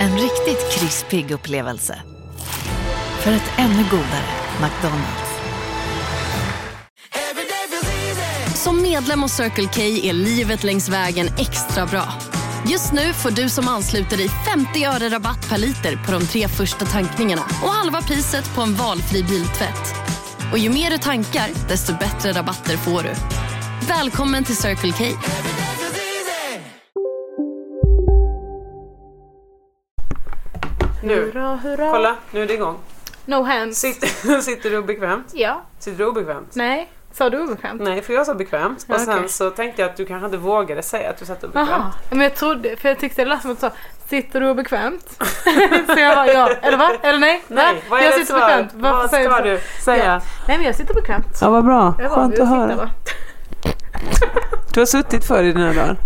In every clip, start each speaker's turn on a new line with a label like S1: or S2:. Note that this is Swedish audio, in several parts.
S1: En riktigt krispig upplevelse. För ett ännu godare McDonalds.
S2: Som medlem hos Circle K är livet längs vägen extra bra. Just nu får du som ansluter dig 50 öre rabatt per liter på de tre första tankningarna och halva priset på en valfri biltvätt. Och ju mer du tankar, desto bättre rabatter får du. Välkommen till Circle K.
S3: Nu.
S4: Hurra, hurra.
S3: Kolla, nu är det igång.
S4: No hands.
S3: Sitter, sitter du obekvämt?
S4: Ja.
S3: Sitter du obekvämt?
S4: Nej. Sa du obekvämt?
S3: Nej, för jag sa bekvämt. Och
S4: Okej.
S3: sen så tänkte jag att du kanske inte vågade säga att du satt obekvämt.
S4: Jaha. Men jag trodde, för jag tyckte det lät som att du sa Sitter du obekvämt? så jag bara ja. Eller va? Eller nej? Va?
S3: Nej, vad är
S4: jag
S3: det
S4: sitter
S3: svar?
S4: bekvämt. Varför
S3: Vad
S4: säger
S3: ska
S4: du
S3: du
S4: så?
S3: säga?
S4: Nej men jag sitter bekvämt.
S3: Ja, vad bra.
S4: Jag var vid sitta, va?
S3: Du har suttit för i dina dagar.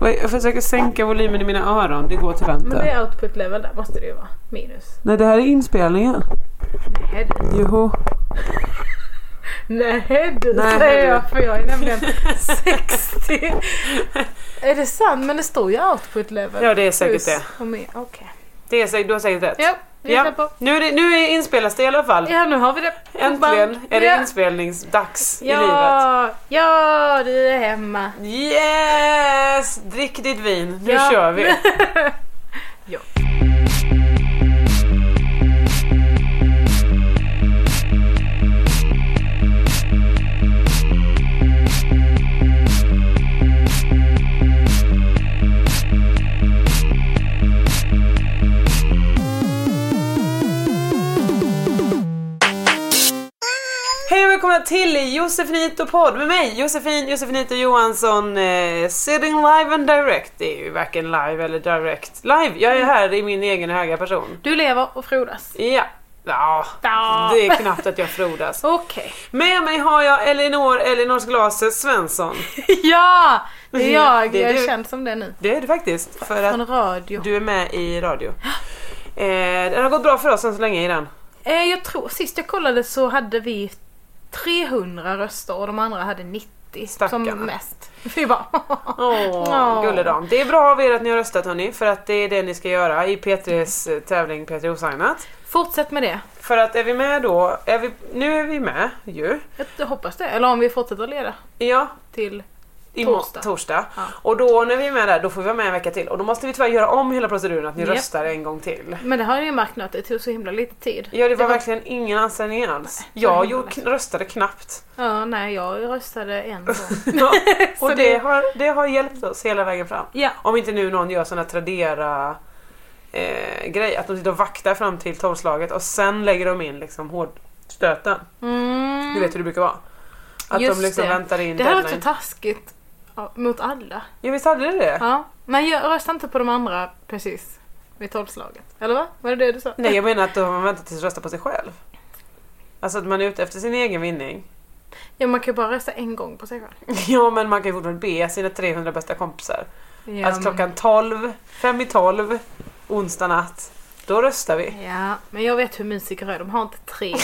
S3: Ja. Jag försöker sänka volymen i mina öron. Det går tyvärr
S4: Men
S3: inte.
S4: det är output level där måste det ju vara. Minus.
S3: Nej, det här är inspelningen.
S4: Nej du.
S3: Joho.
S4: Nej du
S3: Nej,
S4: säger
S3: du.
S4: jag för jag är nämligen 60. är det sant? Men det står ju output level.
S3: Ja, det är säkert
S4: Plus
S3: det.
S4: och mer. Okej.
S3: det är, säkert- du har säkert rätt.
S4: Ja, vi
S3: Ja.
S4: kör på.
S3: Nu, är det, nu är inspelas det i alla fall.
S4: Ja nu har vi det.
S3: Äntligen är det
S4: Ja.
S3: inspelningsdags i livet.
S4: Ja, ja du är hemma.
S3: Yes! Drick ditt vin, nu
S4: Ja.
S3: kör vi.
S4: Ja.
S3: Hej och välkomna till Josefinito podd med mig Josefin Josefinito Johansson eh, sitting live and direct. Det är ju varken live eller direct. Live, jag är här i min egen höga person.
S4: Du lever och frodas.
S3: Ja. Ja,
S4: Ja.
S3: det är knappt att jag frodas.
S4: Okej.
S3: Med mig har jag Elinor Elinors Glaser Svensson.
S4: ja! Det är
S3: Ja,
S4: jag.
S3: det är
S4: jag är
S3: du.
S4: känd som det nu.
S3: Det är du faktiskt, för
S4: Från
S3: att
S4: radio.
S3: du är med i radio. Eh, det har gått bra för oss än så länge i den.
S4: Eh, jag tror, sist jag kollade så hade vi 300 röster och de andra hade 90
S3: Stackarna.
S4: som mest. Vi bara
S3: Åh,
S4: Åh.
S3: gulledan. Det är bra av er att ni har röstat hörni, för att det är det ni ska göra i P3s tävling P3 Osignat.
S4: Fortsätt med det.
S3: För att är vi med då, är vi, nu är vi med ju.
S4: Jag hoppas det. Eller om vi fortsätter att leda
S3: Ja,
S4: till...
S3: i
S4: Torsdag.
S3: torsdag. torsdag.
S4: Ja.
S3: Och då när vi är med där, då får vi vara med en vecka till. Och då måste vi tyvärr göra om hela proceduren att ni
S4: Japp.
S3: röstar en gång till.
S4: Men det har jag ju märkt nu att det tog så himla lite tid.
S3: Ja, det var verkligen ingen ansträngning alls.
S4: Nej, det var
S3: jag
S4: himla
S3: gjorde,
S4: lätt.
S3: röstade knappt.
S4: Ja, nej, jag röstade en gång.
S3: Ja. Och
S4: Så
S3: det
S4: det-
S3: har, det har hjälpt oss hela vägen fram.
S4: ja.
S3: Om inte nu någon gör sån här Tradera eh, grej, att de sitter och vaktar fram till tolvslaget och sen lägger de in liksom hårdstöten.
S4: Mm.
S3: Du vet hur det brukar vara. Att
S4: Just
S3: de liksom
S4: det.
S3: väntar in
S4: Det här var så
S3: deadline.
S4: taskigt ja, mot alla.
S3: Ja visst hade det det?
S4: Ja. Men jag röstar inte på de andra precis vid tolvslaget. Eller va? Var det det du sa?
S3: Nej jag menar att då har man väntat tills man röstar på sig själv. Alltså att man är ute efter sin egen vinning.
S4: Ja, man kan ju bara rösta en gång på sig själv.
S3: Ja men man kan ju fortfarande be sina 300 bästa kompisar.
S4: Ja,
S3: att alltså, klockan 12, fem i 12, onsdag natt, då röstar vi.
S4: men- Ja, men jag vet hur musiker är. De har inte 300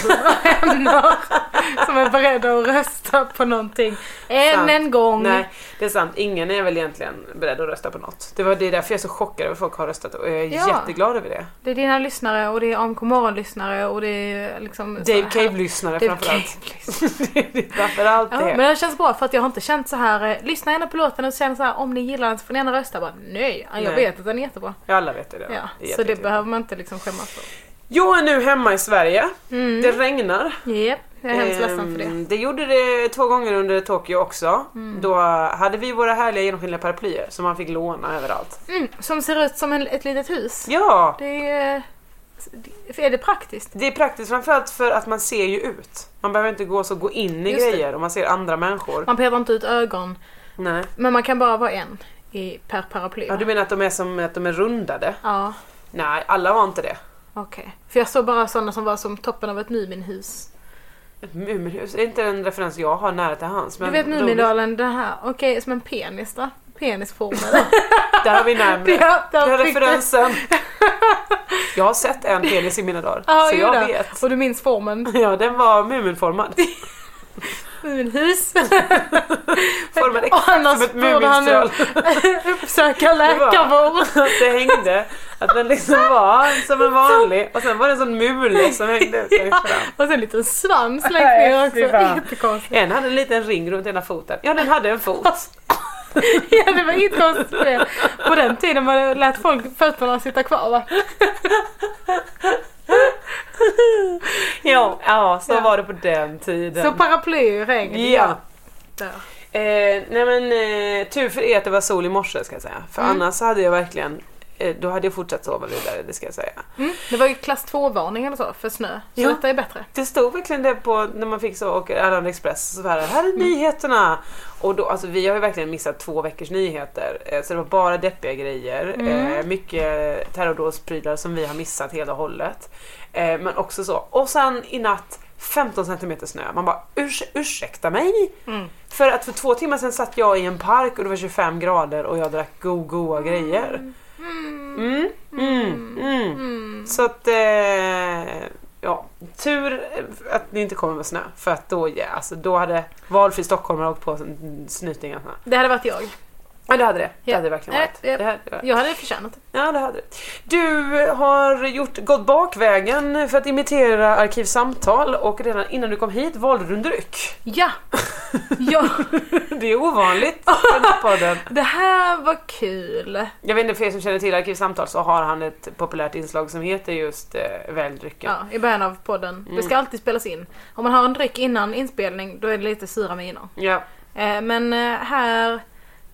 S4: vänner som är beredda att rösta på någonting. Än
S3: Sant.
S4: en gång.
S3: Nej, det är sant. Ingen är väl egentligen beredd att rösta på något. Det var det är därför jag är så chockad över att folk har röstat och jag är
S4: Ja.
S3: jätteglad över det.
S4: Det är dina lyssnare och det är AMK Morgon-lyssnare och det är liksom...
S3: Dave Cave-lyssnare
S4: Dave
S3: framförallt.
S4: Cave-lyssnare.
S3: Det är framförallt
S4: Ja,
S3: det.
S4: men det känns bra för att jag har inte känt så här eh, lyssna gärna på låten och känna så här om ni gillar den så får ni gärna rösta. Bara, nej, jag
S3: Nej.
S4: vet att den är jättebra.
S3: Ja, alla vet det redan.
S4: Ja,
S3: är
S4: så det
S3: jättekul.
S4: behöver man inte liksom skämmas för.
S3: Jag är nu hemma i Sverige. Det regnar.
S4: Japp, Mm. jag är hemskt ledsen för det. Mm.
S3: Ehm, det gjorde det två gånger under Tokyo också. Då hade vi våra härliga genomskinliga paraplyer som man fick låna överallt.
S4: Mm, som ser ut som en, ett litet hus.
S3: Ja!
S4: Det är, det- är det praktiskt?
S3: Det är praktiskt framförallt för att man ser ju ut. Man behöver inte gå så gå in i
S4: Just det.
S3: grejer och man ser andra människor.
S4: Man petar inte ut ögon,
S3: Nej.
S4: men man kan bara vara en i, per paraply.
S3: Ja, du menar att de är som att de är rundade?
S4: Ja.
S3: Nej, alla var inte det.
S4: Okej. För jag såg bara sådana som var som toppen av ett Muminhus.
S3: Ett Muminhus, Mm, det är inte en referens jag har nära till hans.
S4: Du
S3: Men
S4: vet
S3: roligt.
S4: Mumindalen, det här. Okej, som en penis då. Penisformad.
S3: Där har vi närmare.
S4: Ja, där
S3: Den här
S4: fick du.
S3: referensen. Jag har sett en penis i mina dagar.
S4: Ja,
S3: så jag
S4: jodå.
S3: vet.
S4: Och du minns formen.
S3: Ja, den var Muminformad.
S4: Muminhus.
S3: Formad
S4: Och
S3: exakt som
S4: annars
S3: ett
S4: borde han
S3: Muminstrål.
S4: nog uppsöka
S3: var-
S4: läkarvård.
S3: Det hängde. Att den liksom var som en vanlig. Och sen var det en sån mule som hängde ut längst fram.
S4: Och sen en liten svans längst
S3: Nej,
S4: ner
S3: fy
S4: också.
S3: fan.
S4: Jättekonstigt.
S3: En hade en liten ring runt ena foten. Ja, den hade en fot.
S4: Ja, det var inte konstigt med det. På den tiden man lät folk fötterna sitta kvar va?
S3: Ja, ja så
S4: Ja.
S3: var det på den tiden.
S4: Så paraply och regn.
S3: ja.
S4: Där.
S3: Eh, nej men eh, tur för er att det var sol i morse ska jag säga. För annars så hade jag verkligen, eh, då hade jag fortsatt sova vidare, det ska jag säga.
S4: Mm. Det var ju klass 2-varning eller så för snö. Så
S3: Ja.
S4: detta är bättre.
S3: Det stod verkligen det på när man fick så och Arlanda Express så här, här är nyheterna. Och då, alltså vi har ju verkligen missat två veckors nyheter. Eh, Så det var bara deppiga grejer. Eh, mycket terrordådsprylar som vi har missat hela hållet. Eh, men också så. Och sen i natt 15 cm snö. Man bara Urs ursäkta mig? För att för två timmar sedan satt jag i en park och det var 25 grader och jag drack go goa grejer. Mm. Mm. Mm. Så att, eh, ja, tur att det inte kommer med snö. För att då, ja, alltså, då hade valfri stockholmare åkt på en snyting av snö.
S4: Det hade varit jag.
S3: Ja, det hade det. Det
S4: Ja.
S3: hade det verkligen
S4: Nej,
S3: varit.
S4: ja.
S3: Det hade, det.
S4: Jag hade förtjänat det.
S3: ja, det hade det. Du har gjort, gått bakvägen för att imitera Arkivsamtal och redan innan du kom hit valde du en dryck.
S4: Ja! ja!
S3: Det är ovanligt för den här podden.
S4: Det här var kul.
S3: Jag vet inte, för er som känner till Arkivsamtal så har han ett populärt inslag som heter just eh, Välj drycken.
S4: Ja, I början av podden. Det ska
S3: Mm.
S4: alltid spelas in. Om man har en dryck innan inspelning då är det lite sura miner.
S3: Ja.
S4: Eh, Men eh, här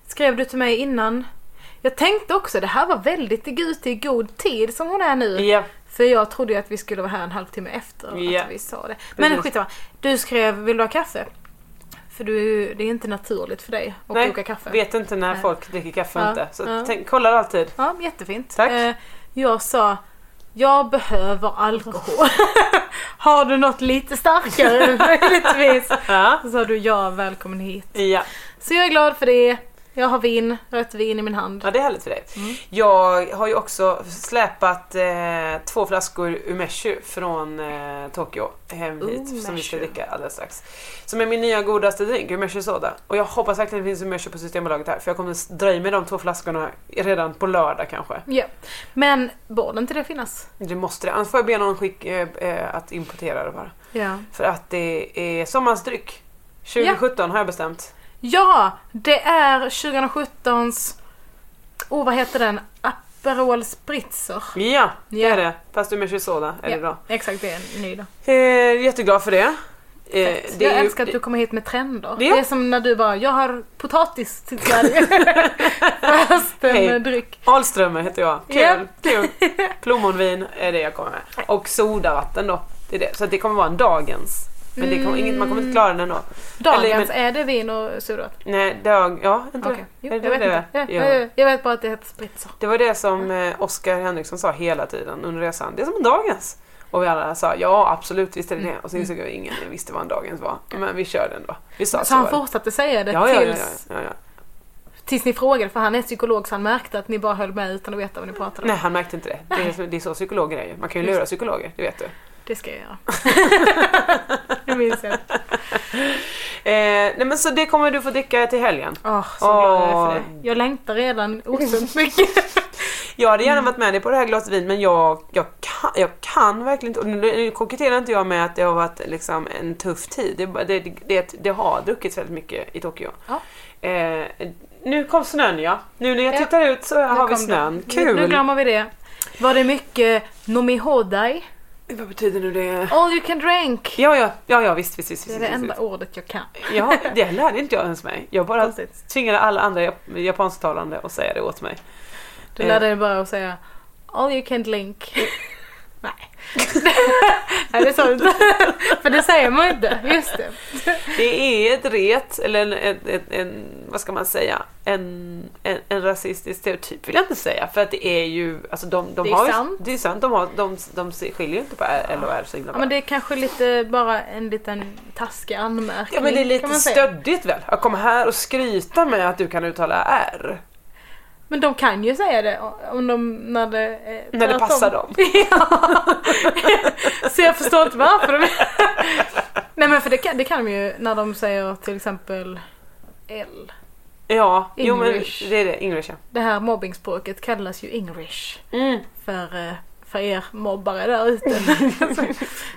S4: skrev du till mig innan. Jag tänkte också det här var väldigt ute i god tid som hon är nu.
S3: ja.
S4: För jag trodde ju att vi skulle vara här en halvtimme efter
S3: Ja.
S4: att vi sa det. Men
S3: Precis.
S4: skitsamma. Du skrev vill du ha kaffe? För du, det är inte naturligt för dig att
S3: Nej,
S4: koka kaffe.
S3: vet inte när
S4: Nej.
S3: folk dricker kaffe och
S4: Ja,
S3: inte. Så
S4: ja.
S3: tänk, kollar alltid.
S4: Ja, jättefint.
S3: Tack.
S4: Eh, Jag sa jag behöver alkohol. Har du något lite starkare möjligtvis?
S3: Ja.
S4: Så sa du ja, välkommen hit.
S3: Ja.
S4: Så jag är glad för det. Jag har vin, rött vin i min hand.
S3: ja, det är härligt för dig.
S4: Mm.
S3: Jag har ju också släpat eh, två flaskor umeshu från eh, Tokyo hem hit som vi ska
S4: Umeshu.
S3: dricka alldeles strax. Som är min nya godaste drink, umeshu soda. Och jag hoppas verkligen det finns umeshu på Systembolaget här för jag kommer dra i mig de två flaskorna redan på lördag kanske.
S4: Ja. Men borde inte det finnas?
S3: Det måste det, annars får jag be någon skick, eh, eh, att importera det bara.
S4: Ja.
S3: För att det är sommarsdryck. 2017 har jag bestämt.
S4: Ja, det är 2017s... Oh, vad heter den? Aperol Spritzer.
S3: Ja, det
S4: Ja.
S3: är det. Fast umeshu soda är
S4: Ja,
S3: det bra.
S4: Exakt, det är en ny då.
S3: Eh, jätteglad för det. Eh, det är
S4: jag
S3: ju-
S4: älskar att du kommer hit med trender.
S3: Ja.
S4: Det är som när du bara, jag har potatis till Sverige. Fast en
S3: Hej.
S4: dryck.
S3: Ahlströmer heter jag. Kul,
S4: Ja.
S3: kul. Plommonvin är det jag kommer med. Och sodavatten då. Det är det. Så att det kommer vara en dagens. Men det kommer, inget, man kommer inte klara den ändå.
S4: Dagens,
S3: Eller, men-
S4: är det vin och surröt?
S3: Nej, dag... Ja, inte
S4: Okej.
S3: det.
S4: Jo,
S3: Är det
S4: Jag vet
S3: det?
S4: inte. Ja,
S3: Ja.
S4: ja, ja. Jag vet bara att det heter Spritzer.
S3: Det var det som eh, Oskar Henriksson sa hela tiden under resan. Det är som en dagens. Och vi alla sa ja absolut visst är
S4: Mm.
S3: det det. Och så insåg jag att ingen visste vad en dagens var. Men vi kör den då. Vi sa
S4: Så han
S3: var det.
S4: fortsatte säga det
S3: ja, ja, ja,
S4: tills,
S3: ja, ja, ja.
S4: tills ni frågade, för han är psykolog så han märkte att ni bara höll med utan att veta vad ni pratade om.
S3: Nej han märkte inte det. Det är, det är så psykologer är ju. Man kan ju lura psykologer, det vet du.
S4: Det ska jag göra. det minns jag.
S3: Eh, nej men så det kommer du få dricka till helgen.
S4: Åh, så glad jag är för
S3: Åh.
S4: det. Jag längtar redan osunt mycket.
S3: Jag hade
S4: Mm.
S3: gärna varit med dig på det här glaset vin men jag, jag, kan, jag kan verkligen inte. Och nu- nu koketterar inte jag med att det har varit liksom en tuff tid. Det, är bara- det, det, det, det har druckits väldigt mycket i Tokyo.
S4: Ja.
S3: Eh, nu kom snön ja. Nu när jag
S4: Ja.
S3: tittar ut så har vi
S4: kom
S3: snön.
S4: den.
S3: Kul!
S4: Nu glömmer vi det. Var det mycket nomihodai?
S3: Vad betyder nu det?
S4: All you can drink.
S3: Ja, ja, ja, ja visst, visst, visst.
S4: Det är
S3: visst,
S4: det
S3: visst,
S4: enda
S3: visst.
S4: ordet jag kan.
S3: Ja, det lärde inte jag ens mig. Jag bara
S4: Konstigt.
S3: tvingade alla andra jap- japansktalande att säga det åt mig.
S4: Du lärde dig bara att säga All you can drink. Nej. Nej, det är sånt. För det säger man ju inte. Just det.
S3: Det är ett ret, eller en, en, en, en vad ska man säga, en, en, en rasistisk stereotyp vill jag inte säga. För att det är ju, alltså de, de
S4: Det är
S3: har ju-
S4: sant.
S3: Det är sant, de, har, de, de skiljer ju inte på L och R så himla
S4: Ja,
S3: bra.
S4: men det är kanske lite bara en liten taskig anmärkning.
S3: Ja men det är
S4: kan
S3: lite
S4: man säga.
S3: stöddigt väl? Att komma här och skryta med att du kan uttala R.
S4: Men de kan ju säga det om de, när det, eh,
S3: När det
S4: tvärtom.
S3: passar dem.
S4: ja. Så jag förstår inte varför de... Nej men för det kan, det kan de ju när de säger till exempel L.
S3: Ja, jo men
S4: English.
S3: det är det. English ja.
S4: Det här mobbingspråket kallas ju English
S3: Mm.
S4: för, eh, för er mobbare där ute.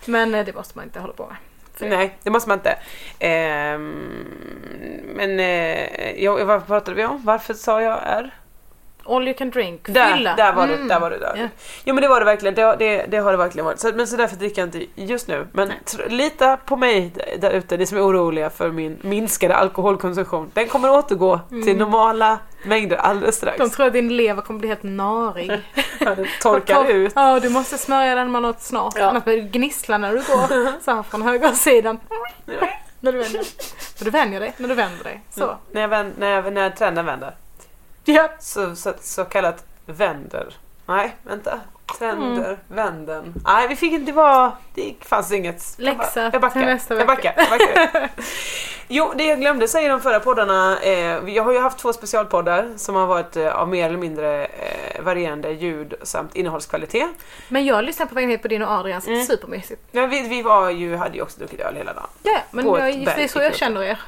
S4: men eh, det måste man inte hålla på med. För-
S3: Nej, det måste man inte. Ehm, men eh, jag, vad pratade vi om? Varför sa jag R?
S4: All you can drink,
S3: Där,
S4: fylla.
S3: där var det.
S4: Mm.
S3: Där var det, där.
S4: Ja.
S3: Jo men det var det verkligen. Det, det, det har det verkligen varit. Så, men så därför dricker jag inte just nu. Men tr- lita på mig d- där ute, ni som är oroliga för min minskade alkoholkonsumtion. Den kommer återgå till normala mängder alldeles strax.
S4: Mm. De tror att din lever kommer bli helt narig.
S3: Den torkar ut.
S4: Ja, du måste smörja den med något snart.
S3: Ja.
S4: Annars börjar det gnissla när du går så här från högersidan. När du vänder när du vänjer dig. När du vänder dig. Så.
S3: Mm. När, jag vänd, när, jag, när trenden vänder.
S4: Ja.
S3: Så, så, så kallat vänder. Nej, vänta. Trender,
S4: Mm.
S3: vänden. Nej, vi fick inte vara... Det fanns inget. Jag
S4: Läxa
S3: ba- jag backar.
S4: till nästa
S3: Jag backar. Jag backar. jo, det jag glömde säga i de förra poddarna. Eh, jag har ju haft två specialpoddar som har varit eh, av mer eller mindre eh, varierande ljud samt innehållskvalitet.
S4: Men jag lyssnade på vägen hit på din och Adrians.
S3: Mm.
S4: Supermysigt.
S3: Men vi, vi var ju, hade ju också druckit öl hela dagen.
S4: Ja, men
S3: På
S4: jag,
S3: ett
S4: det är så
S3: berg.
S4: jag känner er.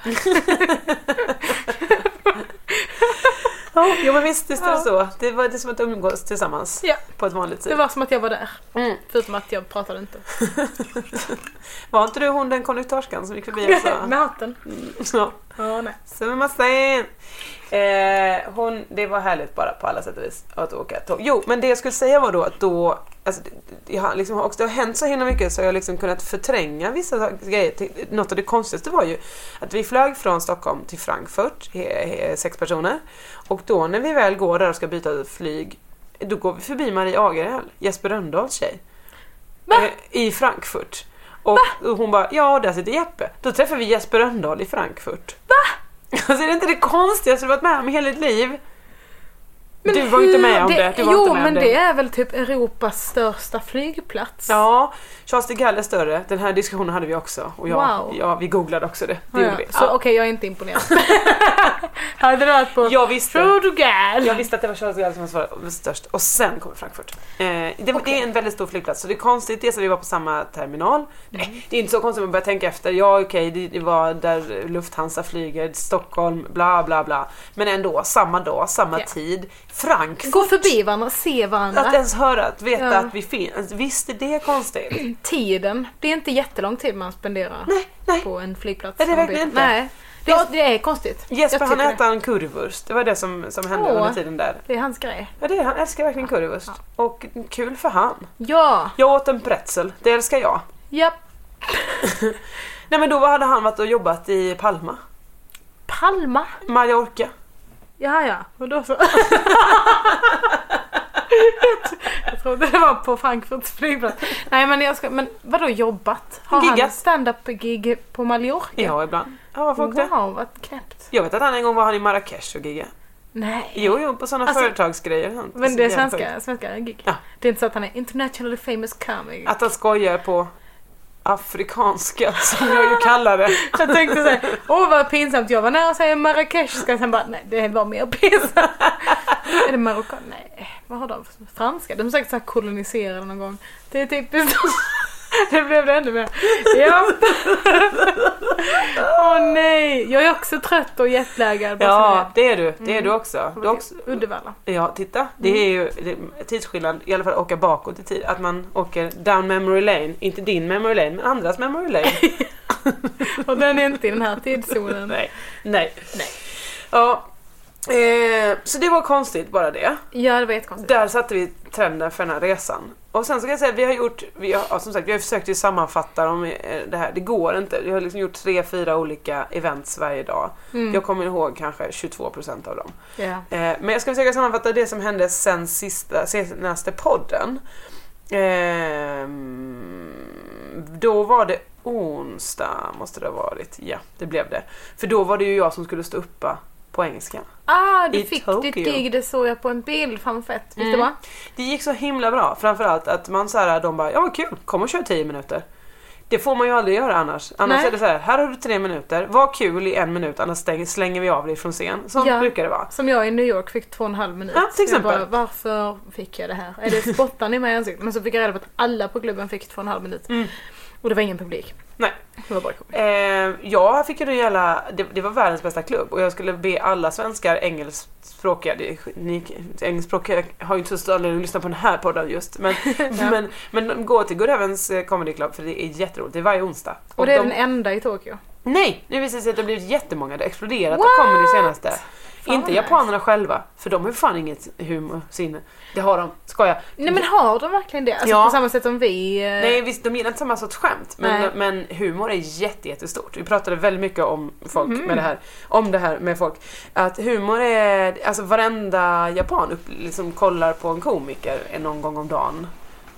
S3: Ja, jo, men visst, visst är det
S4: Ja.
S3: så. Det var det är som att umgås tillsammans
S4: Ja.
S3: på ett vanligt sätt.
S4: Det var som att jag var där.
S3: Mm.
S4: Förutom att jag pratade inte.
S3: Var inte du hon den konduktörskan som gick förbi och sa...
S4: Med hatten.
S3: Ja.
S4: Ja, nej.
S3: Sumasen! Eh, hon, det var härligt bara på alla sätt och vis att åka tåg. Jo, men det jag skulle säga var då att då, alltså, det, jag har liksom har också, det har hänt så himla mycket så jag har liksom kunnat förtränga vissa sak- grejer. Till- Något av det konstigaste var ju att vi flög från Stockholm till Frankfurt, he, he, sex personer. Och då när vi väl går där och ska byta flyg, då går vi förbi Marie Agerhäll, Jesper Rönndahls tjej.
S4: Va?
S3: Eh, I Frankfurt. Och, och hon bara, ja där sitter Jeppe. Då träffar vi Jesper Rönndahl i Frankfurt. Alltså är det inte det konstigaste du varit med om i hela ditt liv? du var ju inte med om det. Du var
S4: jo,
S3: inte med
S4: men
S3: om
S4: det är väl typ Europas största flygplats.
S3: Ja, Charles de Gaulle är större. Den här diskussionen hade vi också. Och jag,
S4: Wow.
S3: ja, vi googlade också det. det
S4: Ja,
S3: gjorde
S4: ja.
S3: vi.
S4: Så okej,
S3: Ja.
S4: jag är inte imponerad. Hade det varit på
S3: Jag visste.
S4: Portugal?
S3: Jag visste att det var Charles de Gaulle som var störst och sen kommer Frankfurt. Eh, det, det är en väldigt stor flygplats så det är konstigt dels att vi var på samma terminal.
S4: Mm.
S3: Nej, det är inte så konstigt om man börjar tänka efter. Ja okej, det, det var där Lufthansa flyger, Stockholm, bla bla bla. Men ändå, samma dag, samma
S4: Ja.
S3: tid. Frankfurt!
S4: Gå förbi varandra, se varandra.
S3: Att ens höra, att veta
S4: Ja. Mm.
S3: att vi finns. Visst är det konstigt?
S4: Tiden, det är inte jättelång tid man spenderar
S3: Nej, nej.
S4: på en flygplats.
S3: Är det
S4: när man
S3: verkligen
S4: byter.
S3: inte?
S4: Nej, det,
S3: Ja.
S4: det är konstigt.
S3: Jesper
S4: Jag
S3: han
S4: tycker
S3: äter en currywurst. Det var det som, som hände
S4: Åh.
S3: under tiden där.
S4: Det är hans grej.
S3: Ja, det, är- han älskar verkligen currywurst. Och kul för han.
S4: Ja,
S3: Jag åt en pretzel, det älskar jag.
S4: ja.
S3: Nej men då hade han varit och jobbat i Palma.
S4: Palma.
S3: Mallorca.
S4: Ja, ja. Och då så. jag trodde det var på Frankfurts flygplats. Nej, men jag ska... Men vadå jobbat? Har han
S3: Giggat.
S4: stand-up-gig på Mallorca?
S3: Ja, ibland. Ja, varför åkte?
S4: Wow, vad knäppt.
S3: Jag vet att han en gång var han i Marrakesh och giggade.
S4: Nej.
S3: Jo, jo, på sådana
S4: Alltså,
S3: företagsgrejer. och sånt.
S4: Men det är
S3: jävla sjukt.
S4: svenska, svenska gig.
S3: Ja.
S4: Det är inte så att han är internationally famous comic.
S3: Att han skojar på afrikanska, som jag ju kallar det.
S4: Jag tänkte såhär, åh vad pinsamt, jag var nära att säga marrakeshska, sen bara nej det var mer pinsamt. är det marockan? Nej, vad har de för franska? De har säkert såhär koloniserade någon gång. Det är typiskt dem. Det blev det ännu mer. Ja. Åh nej, jag är också trött och jetlaggad. bara så
S3: Ja,
S4: här.
S3: det är du.
S4: Mm.
S3: Det är du också. Du är också
S4: Uddevalla.
S3: Ja, titta. Det
S4: Mm.
S3: är ju det- tidsskillnad, i alla fall åka bakåt i tid. Att man åker down memory lane. Inte din memory lane, men andras memory lane.
S4: Och den är inte i den här tidszonen.
S3: Nej. Nej.
S4: Nej.
S3: Ja. Eh, så det var konstigt bara det.
S4: Ja, det var jättekonstigt.
S3: Där satte vi trenden för den här resan. Och sen så kan jag säga att vi har gjort, vi har, ja, som sagt vi har försökt ju sammanfatta dem, eh, det här. Det går inte. Vi har liksom gjort tre, fyra olika events varje dag. Jag kommer ihåg kanske 22% av dem.
S4: Ja.
S3: Eh, men jag ska försöka sammanfatta det som hände sen sista, senaste podden. Ehm, då var det onsdag måste det ha varit. Ja, det blev det. För då var det ju jag som skulle stå uppa på engelska.
S4: Ah, du
S3: I
S4: fick
S3: Tokyo.
S4: ditt gig, det såg jag på en bild. Fan vad fett. Visst det
S3: Mm.
S4: var?
S3: Det gick så himla bra. Framförallt att man så här, de bara ja vad kul, kom och kör 10 minuter. Det får man ju aldrig göra annars. Annars
S4: Nej.
S3: är det så här, här har du tre minuter, var kul i en minut annars stäng, slänger vi av dig från scen. Sånt
S4: Ja.
S3: brukar det vara.
S4: Som jag i New York fick två och en halv minut.
S3: Ja, till exempel.
S4: Jag bara, varför fick jag det här? Är det spottar ni mig i ansiktet? Men så fick jag reda på att alla på klubben fick två och en halv minut.
S3: Mm.
S4: Och det var ingen publik.
S3: Nej.
S4: Det var bara komiskt.
S3: Eh, jag fick ju då jävla, det, det var världens bästa klubb och jag skulle be alla svenskar engelskspråkiga, det, är sk- ni, engelskspråkiga har ju inte så stor anledning att lyssna på den här podden just men, men, men gå till Goodhevens Comedy Club för det är jätteroligt, det är varje onsdag.
S4: Och det är
S3: de-
S4: den enda i Tokyo.
S3: Nej! Nu visar det sig att det har blivit jättemånga, det har exploderat
S4: What?
S3: av comedy senaste.
S4: vad
S3: inte
S4: nice.
S3: japanerna själva, för de har ju fan inget humorsinne. Det har de, skoja.
S4: Nej men har de verkligen det? Alltså
S3: Mm. Ja.
S4: på samma sätt som vi? eh,
S3: Nej visst, de gillar inte samma sorts skämt. Men,
S4: Nej.
S3: men humor är jätte, jättestort. Vi pratade väldigt mycket om folk
S4: Mhm.
S3: med det här. Om det här med folk. Att humor är, alltså varenda japan upp, liksom kollar på en komiker en- någon gång om dagen.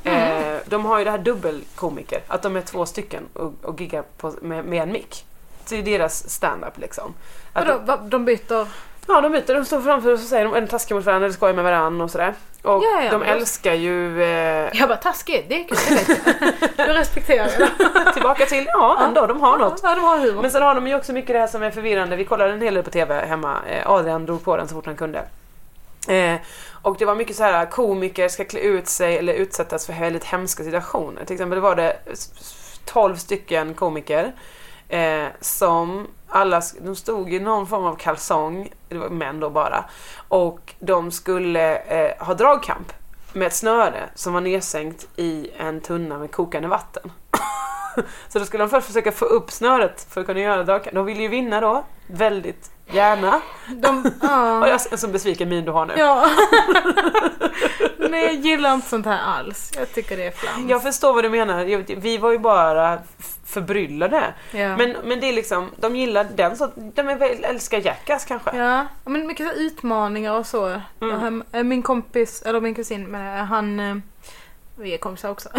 S4: Mhm.
S3: Eh, de har ju det här dubbelkomiker, att de är två stycken och, och giggar på, med, med en mick. Det är deras stand-up liksom. Att
S4: Vadå, va- de byter?
S3: Ja, de byter. De står framför oss och säger de är taskiga mot varandra, eller skojar med varandra och sådär. Och
S4: Ja, ja,
S3: de
S4: men-
S3: älskar ju... Eh,
S4: Jag bara taskigt, det är kul. Du respekterar jag.
S3: tillbaka till, ja ändå, de har något.
S4: Ja, de har humor.
S3: Men sen har de ju också mycket det här som är förvirrande. Vi kollade en hel del på TV hemma. Eh, Adrian drog på den så fort han kunde. Eh, och det var mycket så här äh, komiker ska klä ut sig eller utsättas för väldigt hemska situationer. Till exempel var det s- s- 12 stycken komiker eh, som alla, s- de stod i någon form av kalsong, det var män då bara, och de skulle eh, ha dragkamp med ett snöre som var nedsänkt i en tunna med kokande vatten. Så då skulle de först försöka få upp snöret för att kunna göra dragkamp. De ville ju vinna då, väldigt gärna.
S4: De, ja.
S3: Och jag ser en sån besviken min du har nu.
S4: ja. Nej jag gillar inte sånt här alls. Jag tycker det är flams.
S3: Jag förstår vad du menar. Jag- Vi var ju bara f- förbryllade.
S4: Ja.
S3: Men, men det är liksom, de gillar den så de är väl, älskar Jackass kanske.
S4: Ja, ja, men mycket så här utmaningar och så.
S3: Mm.
S4: Jag har- eh, Min kompis, eller min kusin, men eh, han... eh, Vi är kompisar också.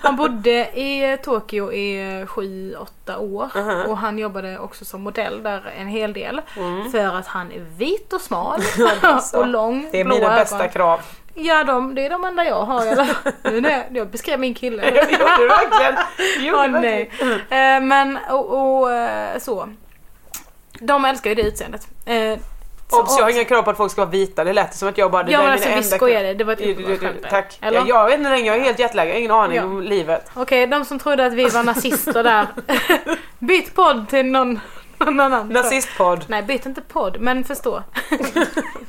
S4: han bodde i Tokyo i eh, sju, åtta år. Och han jobbade också som modell där en hel del. För att han är vit och smal.
S3: så.
S4: och lång.
S3: Det Mm. är
S4: blåa
S3: mina bästa
S4: ögon.
S3: krav.
S4: Ja, de, det är de enda jag har i alla fall. Nu när jag- Jag beskrev min kille.
S3: Jag gjorde det verkligen. Jag gjorde
S4: Åh
S3: det verkligen.
S4: nej. Eh, men och, och eh, så. De älskar ju det utseendet. Eh, så-
S3: Obs, jag har inga krav på att folk ska vara vita. Det lät som att jag bara... Det
S4: Ja
S3: där är
S4: men alltså
S3: mina
S4: vi
S3: enda
S4: skojade, det var ett
S3: krav. Du- du-
S4: uppenbart skämt.
S3: du- Tack.
S4: eller?
S3: Ja, jag vet inte längre, jag är helt jetlaggad. Jag har ingen aning
S4: Ja.
S3: om livet.
S4: Okej, de som trodde att vi var nazister där. byt podd till någon, någon annan.
S3: Nazistpodd.
S4: Nej, byt inte podd, men förstå.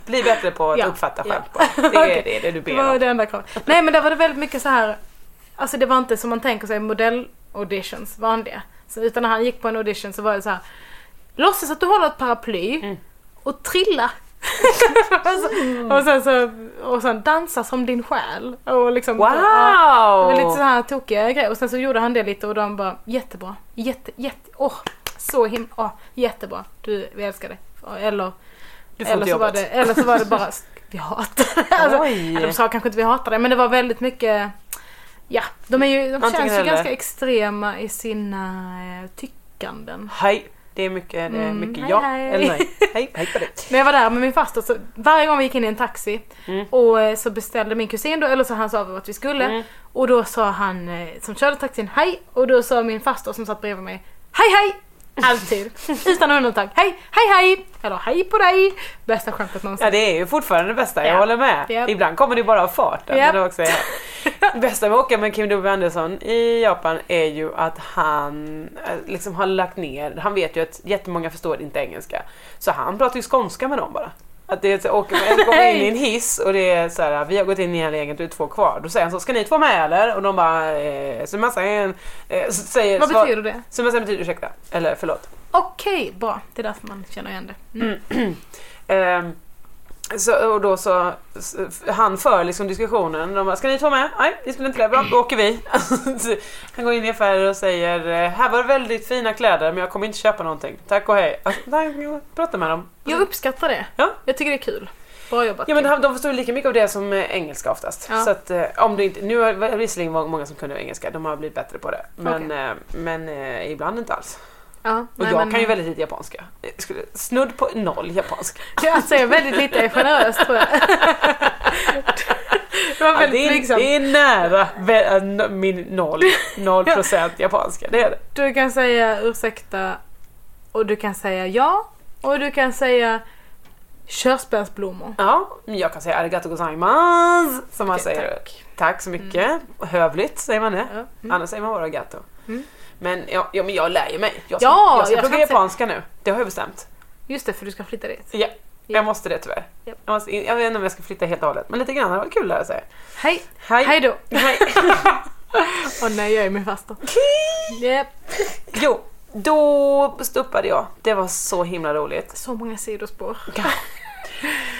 S3: Bli bättre på att
S4: Ja.
S3: uppfatta
S4: Ja.
S3: skämt bara. Det är
S4: Okej.
S3: det, det du
S4: Det
S3: ber
S4: var
S3: om.
S4: det enda kravet. Nej men där var det väldigt mycket så här. Alltså det var inte som man tänker sig modell-auditions, vanliga. Så, utan när han gick på en audition så var det så här. Låtsas att du håller ett paraply
S3: Mm.
S4: och trilla. alltså, och, sen så, och sen dansa som din själ. Och liksom, Ja. Det var lite
S3: Wow!
S4: så här tokiga grejer och sen så gjorde han det lite och de bara jättebra, jätte, jätte, åh, så himla, åh, jättebra, du, vi älskar dig. Eller,
S3: Du får
S4: eller,
S3: inte
S4: så var
S3: jobbet.
S4: det, eller så var det bara, vi hatar det. alltså,
S3: Oj.
S4: ja, De sa kanske inte vi hatar det men det var väldigt mycket, ja, de, är ju, de
S3: Antingen
S4: känns ju
S3: eller.
S4: ganska extrema i sina eh, tyckanden.
S3: Hej! Det är mycket, det är
S4: Mm,
S3: mycket
S4: hej,
S3: ja
S4: hej.
S3: eller nej. Hej, hej på dig.
S4: Men jag var där med min faster så varje gång vi gick in i en taxi
S3: Mm.
S4: och eh, så beställde min kusin då, eller så han sa vart vi skulle och då sa han eh, som körde taxin hej och då sa min faster som satt bredvid mig hej hej! Alltid! Utan undantag. Hej, hej, hej! Eller hej på dig! Bästa skämtet någonsin.
S3: Ja det är ju fortfarande det bästa, jag
S4: Ja.
S3: håller med.
S4: Japp.
S3: Ibland kommer det bara av farten. men
S4: Japp.
S3: det var Också, det bästa med att åka med Kim W Andersson i Japan är ju att han eh, liksom har lagt ner, han vet ju att jättemånga förstår inte engelska. Så han pratar ju skånska med dem bara. Att det är så, åker man eller kommer in i en hiss och det är så här, vi har gått in i en lägenhet och det är två kvar. Då säger han så, ska ni två med eller? Och de bara, eh, så man säger, eh, så säger
S4: Vad
S3: svar-
S4: betyder det?
S3: Så man säger betyder ursäkta, eller förlåt.
S4: Okej, bra. Det är därför man känner igen det. Mm.
S3: Ehm, så, och då så, s- han för liksom diskussionen. De bara, ska ni ta med? Nej, ni skulle inte det. Bra, då åker vi. Så han går in i affärer och säger, "Eh, här var det väldigt fina kläder men jag kommer inte köpa någonting. Tack och hej. Alltså, nej, jag pratar med dem.
S4: Jag uppskattar det.
S3: Ja.
S4: Jag tycker det är kul. Bra jobbat.
S3: Ja men de- de förstod lika mycket av det som eh, engelska oftast.
S4: Ja.
S3: Så att, eh, om det inte, nu var det visserligen var många som kunde engelska, de har blivit bättre på det. Men, eh, men eh, ibland inte alls.
S4: Ja,
S3: Och
S4: nej,
S3: jag
S4: men-
S3: kan ju väldigt lite japanska. Jag Skulle, snudd på noll japanska.
S4: Ja, alltså jag är väldigt lite generös tror jag. Det var
S3: Ja, det,
S4: väldigt
S3: är,
S4: liksom- blygsamt.
S3: det är nära vä- äh, no- min noll, noll procent japanska. Det är det.
S4: Du kan säga ursäkta och du kan säga ja och du kan säga körsbärsblommor.
S3: Ja, men jag kan säga arigato gozaimasu som man
S4: Okej, Mm.
S3: säger. Tack. så mycket. Hövligt säger man det.
S4: Ja, Mm.
S3: Annars säger man bara arigato. Men, ja, ja, men jag lär ju mig. Jag ska,
S4: Ja,
S3: jag ska
S4: jag
S3: plugga
S4: kan se-
S3: japanska nu. Det har jag bestämt.
S4: Just det, för du ska flytta dit.
S3: Ja,
S4: Ja.
S3: jag måste det tyvärr.
S4: Japp.
S3: Jag, måste, jag vet inte om jag ska flytta helt och hållet, men lite grann hade varit kul att lära sig.
S4: Hej!
S3: Hej.
S4: Hej då!
S3: Nej.
S4: Åh nej, jag är min faster. Yep.
S3: jo, då stoppade jag. Det var så himla roligt.
S4: Så många sidospår.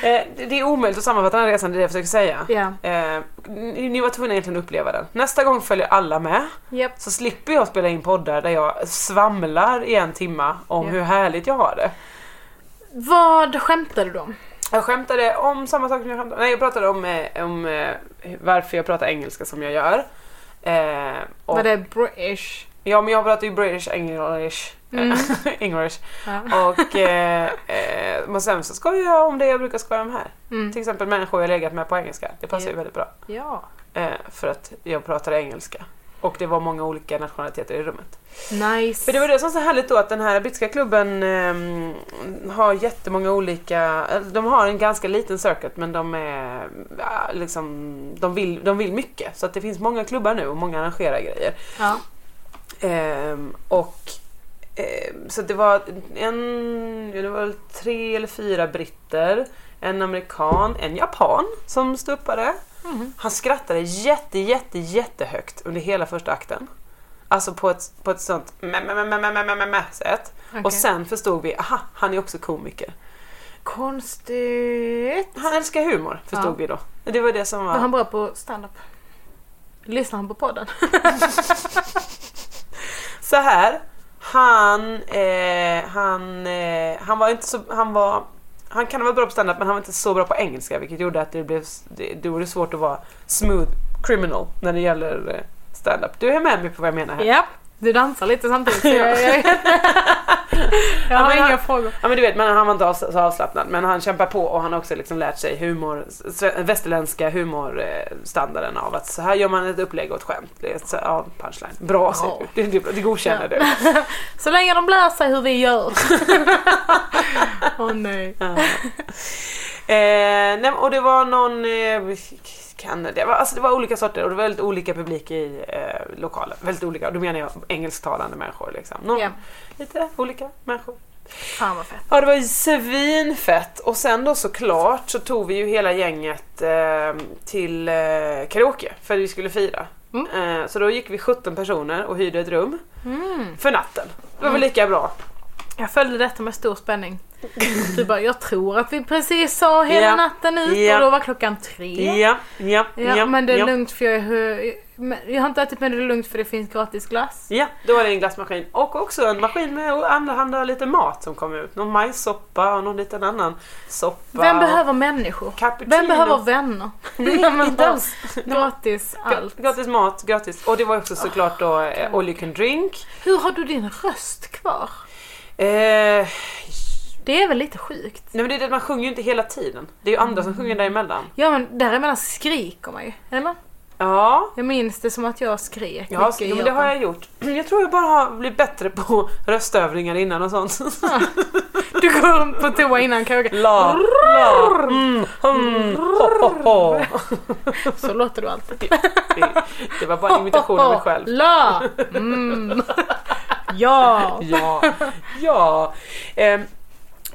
S3: Eh, det- det är omöjligt att sammanfatta den här resan, det är det jag försöker säga.
S4: Ja.
S3: Eh, ni ni var tvungna egentligen att uppleva den. Nästa gång följer alla med.
S4: Japp.
S3: Så slipper jag spela in poddar där jag svamlar i en timma om
S4: Ja.
S3: hur härligt jag har det.
S4: Vad skämtade du om?
S3: Jag skämtade om samma sak som jag skämtade Nej, jag pratade om, eh, om eh, varför jag pratar engelska som jag gör. Eh, och,
S4: Var det British?
S3: Ja, men jag pratar ju British English.
S4: Mm.
S3: English.
S4: Ja.
S3: Och eh, eh, men sen så skojar jag om det jag brukar skoja om här.
S4: Mm.
S3: Till exempel människor jag legat med på engelska. Det passar ju
S4: Ja.
S3: väldigt bra.
S4: ja.
S3: Eh, för att jag pratade engelska. Och det var många olika nationaliteter i rummet.
S4: Nice.
S3: Men det var det som var så härligt då att den här brittiska klubben ehm, har jättemånga olika, eh, de har en ganska liten circuit men de är ja, liksom, de vill, de vill mycket. Så att det finns många klubbar nu och många arrangerar grejer.
S4: Ja.
S3: Ehm, och ehm, så det var en, det var väl tre eller fyra britter, en amerikan, en japan som stuppade.
S4: Mhm.
S3: Han skrattade jätte, jätte, jättehögt under hela första akten. Alltså på ett, på ett sånt mä, mä, mä, mä, mä, mä, mä, mä, mä sätt.
S4: Okej.
S3: Och sen förstod vi, aha, han är också komiker.
S4: Konstigt.
S3: Han älskar humor, förstod
S4: Ja.
S3: vi då. Det var det som var...
S4: Var han bra på stand-up? Lyssnar han på podden?
S3: så här. Han, eh, han, eh, han var inte så, han var, han kan vara bra på standup men han var inte så bra på engelska vilket gjorde att det blev, det, det var svårt att vara smooth criminal när det gäller eh, standup. Du är med mig på vad jag menar här.
S4: Ja. Du dansar lite samtidigt. så Jag, jag, jag
S3: men
S4: har
S3: han-
S4: inga frågor.
S3: Ja men du vet, men han var inte avs- så avslappnad men han kämpar på och han har också liksom lärt sig humor, sve- västerländska humorstandarden av att så här gör man ett upplägg och ett skämt. Det är så, ja, punchline. Bra säger
S4: Ja.
S3: du, det, det, det godkänner du.
S4: Så länge de lär sig hur vi gör. Åh nej.
S3: Eh, nej, och det var någon eh, kan, det, var, alltså det var olika sorter och det var väldigt olika publik i eh, lokalen. Väldigt olika, och då menar jag engelsktalande människor. Liksom. Någon,
S4: Ja.
S3: Lite olika människor.
S4: Fan vad fett.
S3: Ja det var ju svinfett och sen då såklart så tog vi ju hela gänget eh, till eh, karaoke för vi skulle fira.
S4: Mm.
S3: Eh, så då gick vi 17 personer och hyrde ett rum för natten. Det var väl lika bra.
S4: Jag följde detta med stor spänning. Du bara, jag tror att vi precis sa hela
S3: Ja.
S4: natten ut
S3: Ja.
S4: och då var klockan tre.
S3: Ja, ja,
S4: Ja, men det är
S3: ja.
S4: lugnt för jag är hö- men Jag har inte ätit men det är lugnt för det finns gratis glass.
S3: Ja, då var det en glassmaskin och också en maskin med att anhanda lite mat som kom ut. Någon majssoppa och någon liten annan soppa.
S4: Vem
S3: och
S4: behöver människor?
S3: Cappuccino.
S4: Vem behöver vänner?
S3: Nej, inte alls.
S4: Gratis allt.
S3: Gratis mat, gratis. Och det var också såklart då eh, all you can drink.
S4: Hur har du din röst kvar?
S3: Eh,
S4: Det är väl lite sjukt?
S3: nej men det är det att man sjunger ju inte hela tiden. Det är ju andra
S4: Mm.
S3: som sjunger däremellan.
S4: Ja men däremellan skriker man ju, eller?
S3: Ja,
S4: Jag minns det som att jag skrek
S3: ja,
S4: mycket i
S3: ja men det har
S4: Japan.
S3: jag gjort. Jag tror jag bara har blivit bättre på röstövningar innan och sånt.
S4: Du går runt på toa innan karaoke.
S3: La, la, mm, mm, ho, ho, ho.
S4: Så låter du alltid.
S3: Det, det var bara en imitation av mig själv.
S4: La! Mm. Ja!
S3: Ja, ja. Ehm,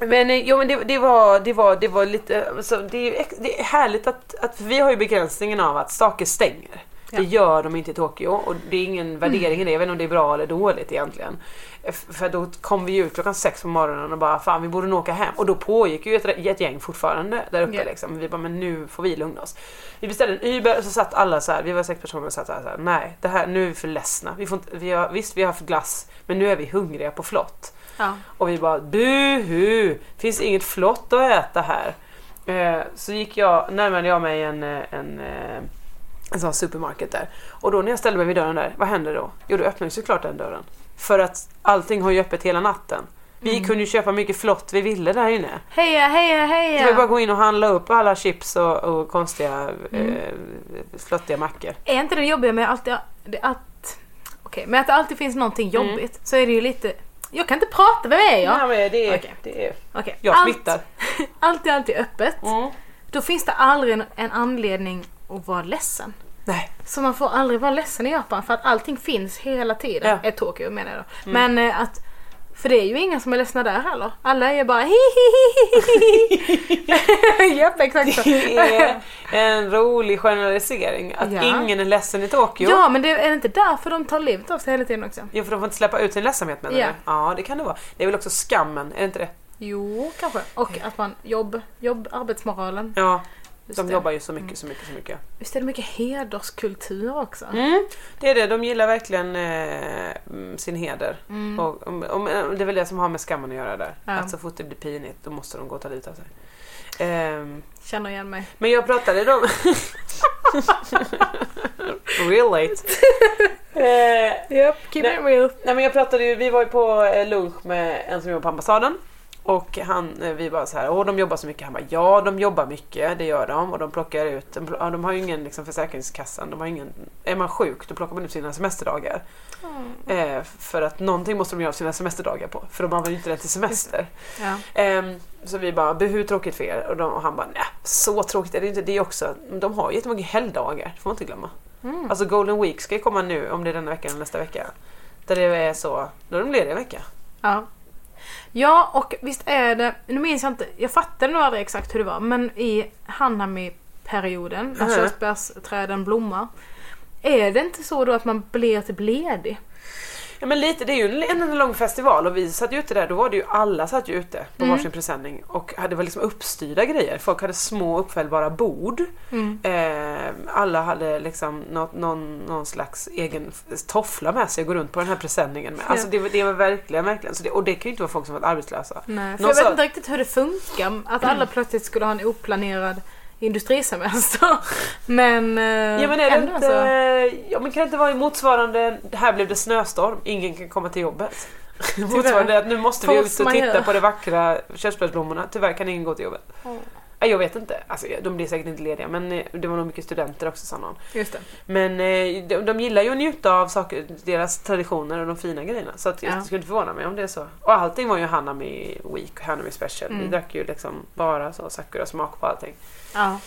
S3: men eh, jo, men det, det, var, det, var, det var lite, alltså, det är ju ex- det är härligt att, att vi har ju begränsningen av att saker stänger.
S4: Ja. Mm.
S3: Det gör de inte i Tokyo och det är ingen värdering i det, jag vet inte om det är bra eller dåligt egentligen. Eh, f- För då kom vi ut klockan sex på morgonen och bara fan vi borde nog åka hem och då pågick ju ett, ett gäng fortfarande där uppe
S4: Ja.
S3: liksom. Vi bara men nu får vi lugna oss. Vi beställde en Uber och så satt alla så här, vi var sex personer och satt så här, så här nej det här, nu är vi för ledsna. Vi får inte, vi har, visst vi har haft glass men nu är vi hungriga på flott.
S4: ja.
S3: Och vi bara buhu, finns inget flott att äta här. Eh, så gick jag, närmade jag mig en, eh, en, eh, en sån supermarket där. Och då när jag ställde mig vid dörren där, vad hände då? Jo, då öppnade såklart den dörren. För att allting har ju öppet hela natten. Vi kunde ju köpa mycket flott vi ville där inne.
S4: Heja, heja,
S3: Så vi bara
S4: heja!
S3: att gå in och handla upp alla chips och, och konstiga eh, flottiga mackor.
S4: Är inte det jobbiga med alltid, det- att, okej, men att det alltid finns någonting
S3: Mm.
S4: jobbigt så är det ju lite, jag kan inte prata, vem är jag?
S3: Nej, men det är,
S4: Okej.
S3: det är,
S4: Okej,
S3: jag
S4: allt,
S3: smittar.
S4: allt är alltid öppet.
S3: Mm.
S4: Då finns det aldrig en- en anledning att vara ledsen.
S3: Nej.
S4: Så man får aldrig vara ledsen i Japan för att allting finns hela tiden.
S3: Ja. Mm.
S4: Ja. Tokyo menar jag då. Men eh, att, för det är ju ingen som är ledsna där heller. Alla är bara hihihihihi. Japp, exakt så.
S3: Det är en rolig generalisering. Att
S4: Ja.
S3: ingen är ledsen i Tokyo.
S4: Ja men det är det inte därför de tar livet av sig hela tiden också?
S3: Jo för de får inte släppa ut sin ledsamhet menar
S4: Ja.
S3: du? Ja det kan det vara. Det är väl också skammen, är det inte det?
S4: Jo kanske. Och att man, jobb, jobb, arbetsmoralen.
S3: Ja,
S4: Just
S3: de
S4: det. Mm.
S3: jobbar ju så mycket, så mycket, så mycket.
S4: Visst är det mycket hederskultur också?
S3: Mm. Det är det, de gillar verkligen eh, mm, sin heder. Och, om, om, det är väl det som har med skammen att göra där.
S4: Ja.
S3: Att så fort det blir pinigt då måste de gå och ta livet av sig. Ehm,
S4: Känner igen mig.
S3: Men jag pratade då... Relate. eh,
S4: Japp, keep
S3: Nej.
S4: it real.
S3: Nej men jag pratade ju, vi var ju på eh, lunch med en som jobbar på ambassaden. Och han, eh, vi bara så här, åh de jobbar så mycket. Han bara, ja de jobbar mycket, det gör de. Och de plockar ut, de, pl- ja, de har ju ingen liksom, försäkringskassan, de har ingen, är man sjuk då plockar man ut sina semesterdagar. Eh, för att någonting måste de göra av sina semesterdagar på, för de använder ju inte det till semester.
S4: Ja.
S3: Ehm, så vi bara, "Bu, hur tråkigt för er? Och, de, och han bara, nej så tråkigt är det inte. Det är också, de har ju jättemånga helgdagar, det får man inte glömma. Alltså Golden Week ska ju komma nu, om det är denna veckan eller nästa vecka. Där det är så, då är de lediga en vecka.
S4: Ja. Ja, och visst är det... Nu minns jag inte, jag fattade nog aldrig exakt hur det var, men i Hanami-perioden, när
S3: Mhm.
S4: körsbärsträden blommar, är det inte så då att man blir typ ledig?
S3: Ja men lite, det är ju en, en lång festival och vi satt ju ute där, då var det ju alla satt ju ute på varsin presenning och hade väl liksom uppstyrda grejer. Folk hade små uppfällbara bord. Eh, alla hade liksom nå, någon, någon slags egen f- toffla med sig och gå runt på den här presenningen med. Alltså det, var- det var verkligen, verkligen. Så det, och det kan ju inte vara folk som varit arbetslösa.
S4: Nej, för
S3: Någon
S4: jag vet
S3: sa-
S4: inte riktigt hur det funkar, att alla plötsligt skulle ha en oplanerad industrisemester. Men... eh,
S3: Ja men är det inte, ja, men kan det inte vara i motsvarande, här blev det snöstorm, ingen kan komma till jobbet. Motsvarande att nu måste vi ut
S4: Force
S3: och titta
S4: majeure.
S3: på de vackra körsbärsblommorna, tyvärr kan ingen gå till jobbet. Nej, Jag vet inte, alltså, de blir säkert inte lediga men eh, det var nog mycket studenter också sa någon.
S4: Just det.
S3: Men eh, de, de gillar ju att njuta av saker, deras traditioner och de fina grejerna. Så att
S4: Ja.
S3: jag skulle inte förvåna mig om det är så. Och allting var ju Hanami Week och Hanami Special.
S4: Mm.
S3: Vi drack ju liksom bara så sakura smak på allting.
S4: Ja.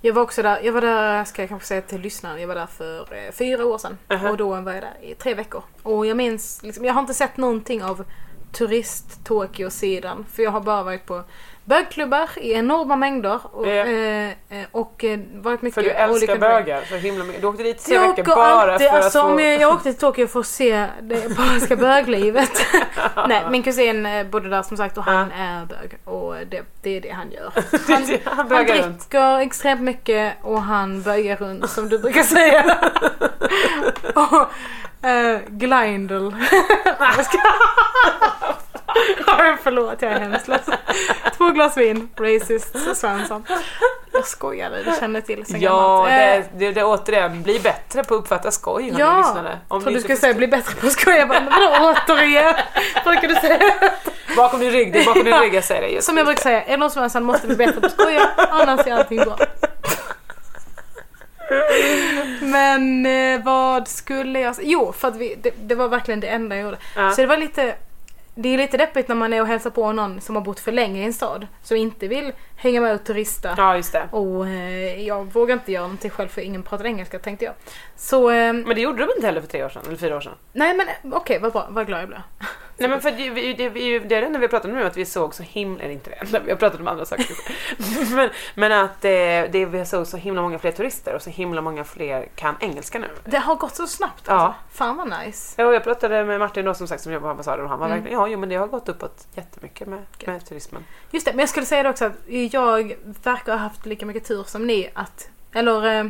S4: Jag var också där, jag var där, ska jag kanske säga till lyssnaren, jag var där för eh, fyra år sedan.
S3: Aha.
S4: Och då var jag där i tre veckor. Och jag minns, liksom, jag har inte sett någonting av turist-Tokyo-sidan. För jag har bara varit på bögklubbar i enorma mängder. Och,
S3: Ja.
S4: eh, eh, och eh, varit mycket
S3: För du älskar
S4: olika-
S3: bögar så himla mycket. Du åkte dit tre
S4: jag
S3: veckor
S4: åker
S3: bara
S4: alltid,
S3: för
S4: alltså,
S3: att få...
S4: om jag, jag åkte till Tokyo för att se det japanska böglivet. Nej, min kusin eh, bodde där som sagt och han
S3: Ja.
S4: är bög. Och det, det är det han gör.
S3: Han, han
S4: Han
S3: bögar runt.
S4: dricker extremt mycket och han bögar runt som du brukar säga. och eh, glindel. Jag ska- Oj, Förlåt, jag är hemskt ledsen. Två glas vin, racist, sa Svensson. Jag skojade, det känner jag till sen
S3: Ja,
S4: gammalt.
S3: det,
S4: Eh,
S3: är- det, det är återigen, bli bättre på att uppfatta skoj hörni
S4: Ja,
S3: lyssnare. Om
S4: jag
S3: ni
S4: trodde du
S3: inte
S4: skulle säga bli bättre på att skoja. Jag bara, men vadå återigen? Brukar du säga?
S3: förstår- Bakom din rygg, det är bakom din
S4: Ja.
S3: rygg jag säger det. Just.
S4: Som jag brukar säga, är det någon som ensam måste bli bättre på att skoja, annars är allting bra. Men eh, vad skulle jag säga? Jo, för att vi, det, det var verkligen det enda jag gjorde.
S3: Ja.
S4: Så det var lite, det är lite deppigt när man är och hälsar på någon som har bott för länge i en stad. Som inte vill hänga med och turista.
S3: Ja, just det.
S4: Och eh, jag vågar inte göra någonting själv för ingen pratar engelska tänkte jag. Så, eh,
S3: Men det gjorde de inte heller för tre år sedan, eller fyra år sedan.
S4: nej men okej vad bra, vad glad jag blev.
S3: Nej men för det, det, det, det, det är det enda vi har pratat om nu, att vi såg så himla, eller inte det enda, vi har pratat om andra saker. men, men att eh, det, vi såg så himla många fler turister och så himla många fler kan engelska nu.
S4: Det har gått så snabbt
S3: Ja.
S4: alltså. Fan vad nice.
S3: Ja, och jag pratade med Martin då som sagt som jobbar på ambassaden och han var verkligen, ja jo, men det har gått uppåt jättemycket med, med turismen.
S4: Just det, men jag skulle säga det också att jag verkar ha haft lika mycket tur som ni att, eller eh,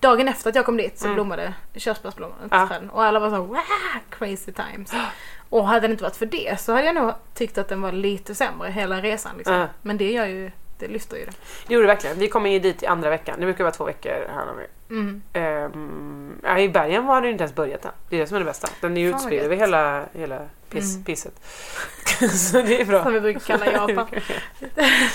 S4: dagen efter att jag kom dit så blommade körsbärsblomman
S3: Mm. Ja.
S4: ja. och alla var så här, wow, crazy times. Och hade det inte varit för det så hade jag nog tyckt att den var lite sämre hela resan liksom.
S3: Ja.
S4: Men det gör ju det lyfter ju det.
S3: Det gjorde det verkligen. Vi kommer ju dit i andra veckan. Det brukar vara två veckor här nu.
S4: Mm.
S3: Ehm, ja, I bergen var den inte ens börjat än. Det är det som är det bästa. Den är ju
S4: Fan vad
S3: utspridd
S4: gött.
S3: över hela, hela piss,
S4: Mm.
S3: pisset. så det är bra.
S4: Som vi brukar kalla Japan.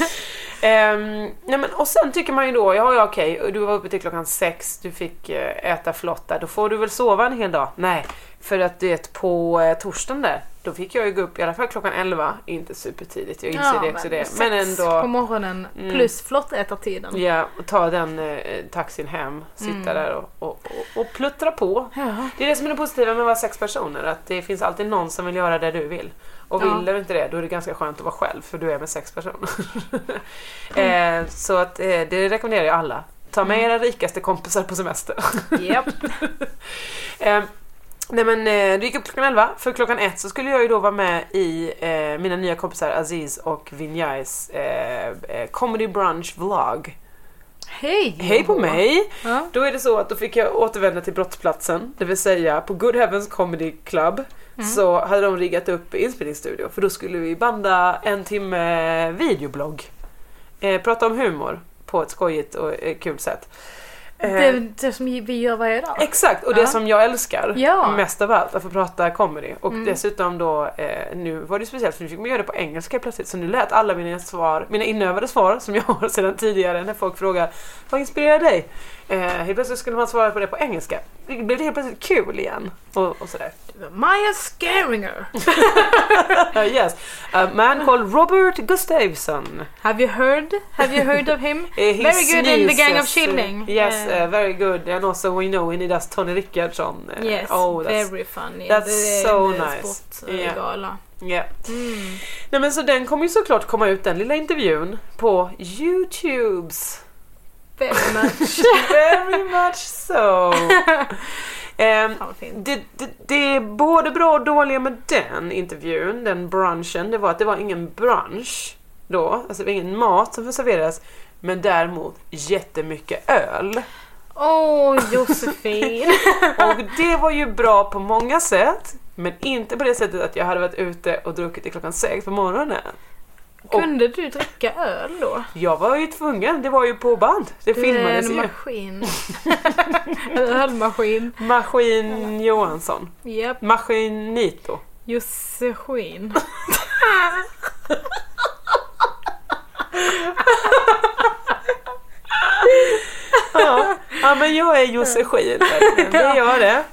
S3: Ehm, nej men, och sen tycker man ju då, ja ja okej, du var uppe till klockan sex, du fick eh, äta flotta, då får du väl sova en hel dag? Nej, för att du vet på eh, torsdagen där, då fick jag ju gå upp i alla fall klockan 11, inte supertidigt, jag inser det också det.
S4: sex
S3: Men
S4: på
S3: ändå,
S4: morgonen
S3: Mm.
S4: plus flottätartiden.
S3: ja, och ta den eh, taxin hem, sitta
S4: Mm.
S3: där och, och, och, och pluttra på.
S4: Ja.
S3: Det är det som är det positiva med att vara sex personer, att det finns alltid någon som vill göra det du vill. Och
S4: Ja.
S3: vill du inte det, då är det ganska skönt att vara själv, för du är med sex personer.
S4: Mm.
S3: eh, så att, eh, det rekommenderar jag alla. Ta med era rikaste kompisar på semester.
S4: Japp.
S3: eh, nej men, eh, du gick upp klockan 11, för klockan 1 så skulle jag ju då vara med i eh, mina nya kompisar Aziz och Vinjais eh, eh, comedy brunch vlog.
S4: Hej!
S3: Hej på mig!
S4: Ja.
S3: Då är det så att då fick jag återvända till brottsplatsen, det vill säga på Good Heavens Comedy Club
S4: Mm.
S3: så hade de riggat upp inspelningsstudio för då skulle vi banda en timme videoblogg. Eh, prata om humor på ett skojigt och eh, kul sätt. Eh,
S4: Det är det som vi gör varje dag.
S3: Exakt, och det
S4: Ja.
S3: som jag älskar
S4: Ja. Mm.
S3: mest av allt, att få prata comedy. Och dessutom då, eh, nu var det speciellt för nu fick man göra det på engelska plötsligt. Så nu lät alla mina svar, mina inövade svar som jag har sedan tidigare när folk frågar Vad inspirerar dig? Eh, helt plötsligt skulle man svara på det på engelska. Det blev helt plötsligt kul igen. Och, och sådär.
S4: Maja Skäringer.
S3: Eh, yes. A man called Robert Gustafsson.
S4: Have you heard? Have you heard of him?
S3: Eh, he
S4: Very good in the
S3: sneezes.
S4: gang of children.
S3: Yes,
S4: Eh.
S3: eh, very good. And also we know he does Tony Rickardsson. Eh,
S4: Yes,
S3: oh, that's
S4: very funny.
S3: that's
S4: Det är
S3: so
S4: en eh,
S3: nice.
S4: Sportgala.
S3: Yeah. Nej men så den kommer ju såklart komma ut den lilla intervjun på Youtubes.
S4: Very much.
S3: Very much so. Ehm,
S4: Fan vad fint.
S3: det, det, det är både bra och dåliga med den intervjun, den brunchen, det var att det var ingen brunch då. Alltså det var ingen mat som serverades. Men däremot jättemycket öl.
S4: Åh, Josefin.
S3: Och det var ju bra på många sätt. Men inte på det sättet att jag hade varit ute och druckit till klockan sex på morgonen. Och-
S4: Kunde du dricka öl då?
S3: Jag var ju tvungen, det var ju på band. Det
S4: Du är
S3: filmades
S4: en
S3: ju.
S4: maskin. en ölmaskin.
S3: Maskin Johansson.
S4: Japp.
S3: Maskinito.
S4: Josefin.
S3: Ja. ja, men jag är Josefin. Det är jag det.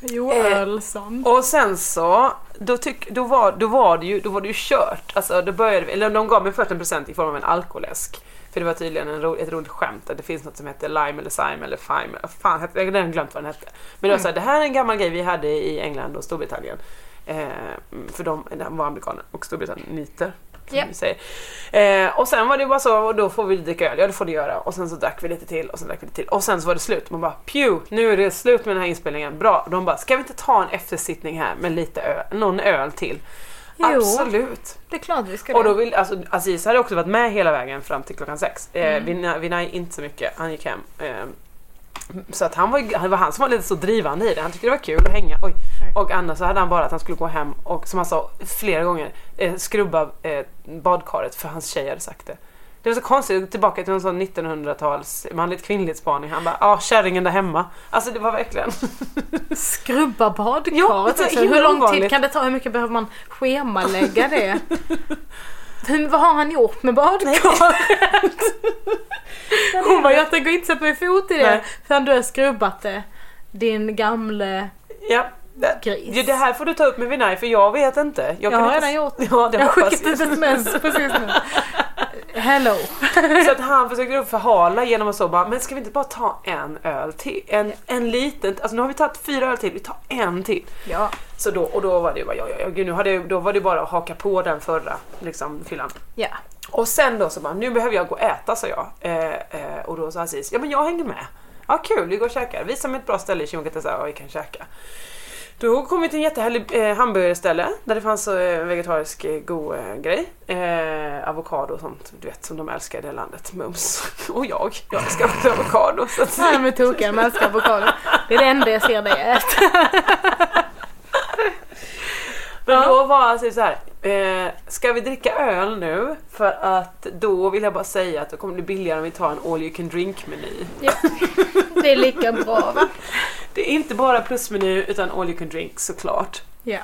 S4: Jo,
S3: Eh.
S4: Ölsson.
S3: Och sen så, då, tyck, då, var, då, var det ju, då var det ju kört. Alltså, då började, vi- eller de gav mig först en present i form av en alkoläsk. För det var tydligen en ro, ett roligt skämt att det finns något som heter lime eller sime eller fime. Vad Fan, hette- jag har redan glömt vad den hette. Men det var så
S4: Mm.
S3: här, det här är en gammal grej vi hade i England och Storbritannien. Eh, för de, de var amerikaner och Storbritannien niter. som
S4: Japp.
S3: vi säger. Eh, och sen var det bara så, och då får vi dricka öl, ja det får du göra. Och sen så drack vi lite till och sen drack vi lite till. Och sen så var det slut. Man bara pju, nu är det slut med den här inspelningen. Bra. De bara, ska vi inte ta en eftersittning här med lite öl, någon öl till?
S4: Jo.
S3: Absolut.
S4: Det är klart vi ska
S3: Och då
S4: det.
S3: vill, alltså, Aziz hade också varit med hela vägen fram till klockan sex. Eh,
S4: Mm.
S3: Vinay- Vinay inte så mycket, han gick hem. Eh, så att han var, ju- det var han som var lite så drivande i det. Han tyckte det var kul att hänga. Oj. Och annars så hade han bara att han skulle gå hem och som han sa flera gånger eh, skrubba eh, badkaret för hans tjej hade sagt det. Det var så konstigt, tillbaka till en sån 1900-tals manligt kvinnlighetsspaning. Han bara ja kärringen där hemma. Alltså det var verkligen
S4: Skrubba badkaret
S3: Ja, det är
S4: alltså,
S3: himla
S4: Hur lång
S3: ovanligt.
S4: tid kan det ta? Hur mycket behöver man schemalägga det? Hur, vad har han gjort med badkaret? Hon bara, jag tänker inte sätta min fot i det
S3: Nej.
S4: förrän du har skrubbat det. Din gamle...
S3: ja. Det,
S4: Gris.
S3: Ja, det här får du ta upp med Vinay för jag vet inte.
S4: Jag har
S3: inte
S4: redan
S3: s-
S4: gjort det.
S3: Ja, det
S4: Jag har
S3: hoppas
S4: skickat ett sms precis nu. Hello.
S3: Så att han försökte då förhala genom att så bara, men ska vi inte bara ta en öl till? En, en liten, alltså nu har vi tagit fyra öl till, vi tar en till.
S4: Ja.
S3: Så då, och då var det ju bara, ja, ja, ja gud, nu hade jag, då var det bara att haka på den förra liksom, fyllan.
S4: Ja.
S3: Och sen då så bara, nu behöver jag gå och äta sa jag. Eh, eh, och då sa Aziz, ja men jag hänger med. Ja kul, vi går och käkar. Visa mig ett bra ställe i Chimokata så här, vi kan käka. Då kom vi till en jättehärlig eh, hamburgerställe där det fanns eh, vegetarisk eh, god eh, grej. Eh, avokado och sånt, du vet som de älskar i det landet. Mums. Och jag, jag älskar också avokado. Så att,
S4: Han är tokiga med älskar avokado. Det är det enda jag ser dig äta.
S3: Men då var han typ så här. Eh, ska vi dricka öl nu? För att då vill jag bara säga att det kommer bli billigare om vi tar en all you can drink meny.
S4: Det är lika bra va?
S3: Det är inte bara plusmeny utan all you can drink såklart.
S4: Ja.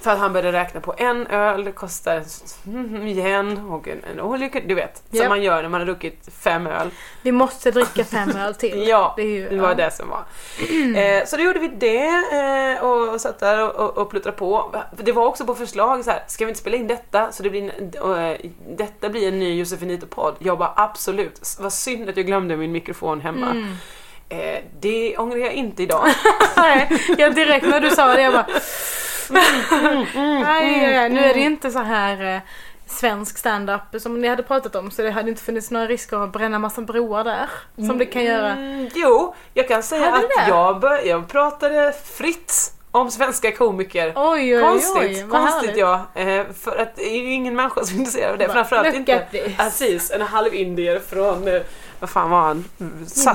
S3: För att han började räkna på en öl, det kostar en yen och en, en all you can, du vet. Som
S4: Japp.
S3: man gör när man har druckit fem öl.
S4: Vi måste dricka fem öl till.
S3: Ja,
S4: det, är ju,
S3: det var
S4: ja.
S3: det som var. Eh, så då gjorde vi det eh, och satt där och, och, och pluttrade på. För Det var också på förslag så här, ska vi inte spela in detta så det blir en, eh, detta blir en ny Josefinito-podd? Jag bara absolut, S- vad synd att jag glömde min mikrofon hemma.
S4: Mm.
S3: Eh, det ångrar jag inte idag.
S4: Nej, jag direkt när du sa det jag bara...
S3: Mm,
S4: Nej, nej, nej, nu är det ju inte så här eh, svensk stand-up som ni hade pratat om så det hade inte funnits några risker att bränna massa broar där. Som det kan göra.
S3: Mm, jo, jag kan säga
S4: Hade du
S3: att
S4: det?
S3: jag, bör, jag pratade fritt om svenska komiker.
S4: Oj, oj,
S3: Konstigt,
S4: oj. vad
S3: konstigt
S4: härligt.
S3: ja. Eh, För att det är ju ingen människa som är intresserad av det.
S4: Bara,
S3: Framförallt
S4: look
S3: inte
S4: at this.
S3: Aziz, en halv indier från, eh, vad fan var han? Mm, Sa-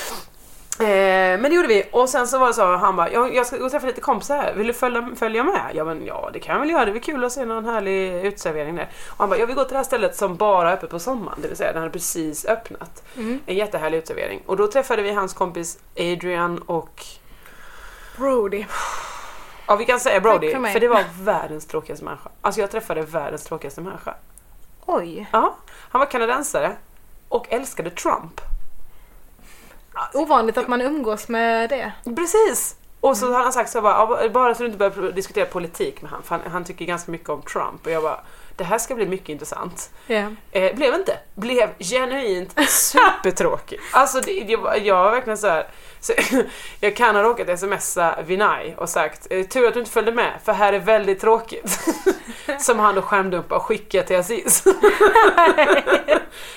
S3: Eh, men det gjorde vi och sen så var det så han bara, jag, jag ska gå och träffa lite kompisar här, vill du följa, följa med? Ja men ja det kan jag väl göra, det blir kul att se någon härlig utservering där. Och han bara, jag vill gå till det här stället som bara är öppet på sommaren, det vill säga den hade precis öppnat.
S4: Mm.
S3: En jättehärlig utservering. Och då träffade vi hans kompis Adrian och
S4: Brody.
S3: Ja vi kan säga Brody,
S4: Tack för mig.
S3: för det var världens tråkigaste människa. Alltså jag träffade världens tråkigaste människa.
S4: Oj.
S3: Ja, han var kanadensare och älskade Trump.
S4: Ovanligt att man umgås med det.
S3: Precis! Och så har han sagt så här bara, "Ja, bara så du inte börjar diskutera politik med han, för han, han tycker ganska mycket om Trump. Och jag bara, det här ska bli mycket intressant.
S4: Ja.
S3: Eh, blev inte. Blev genuint supertråkig. alltså det, jag, var- jag var verkligen så här. Så, jag kan ha råkat smsa Vinay och sagt eh, tur att du inte följde med för här är väldigt tråkigt. Som han då skärmdumpade och skickade till Aziz.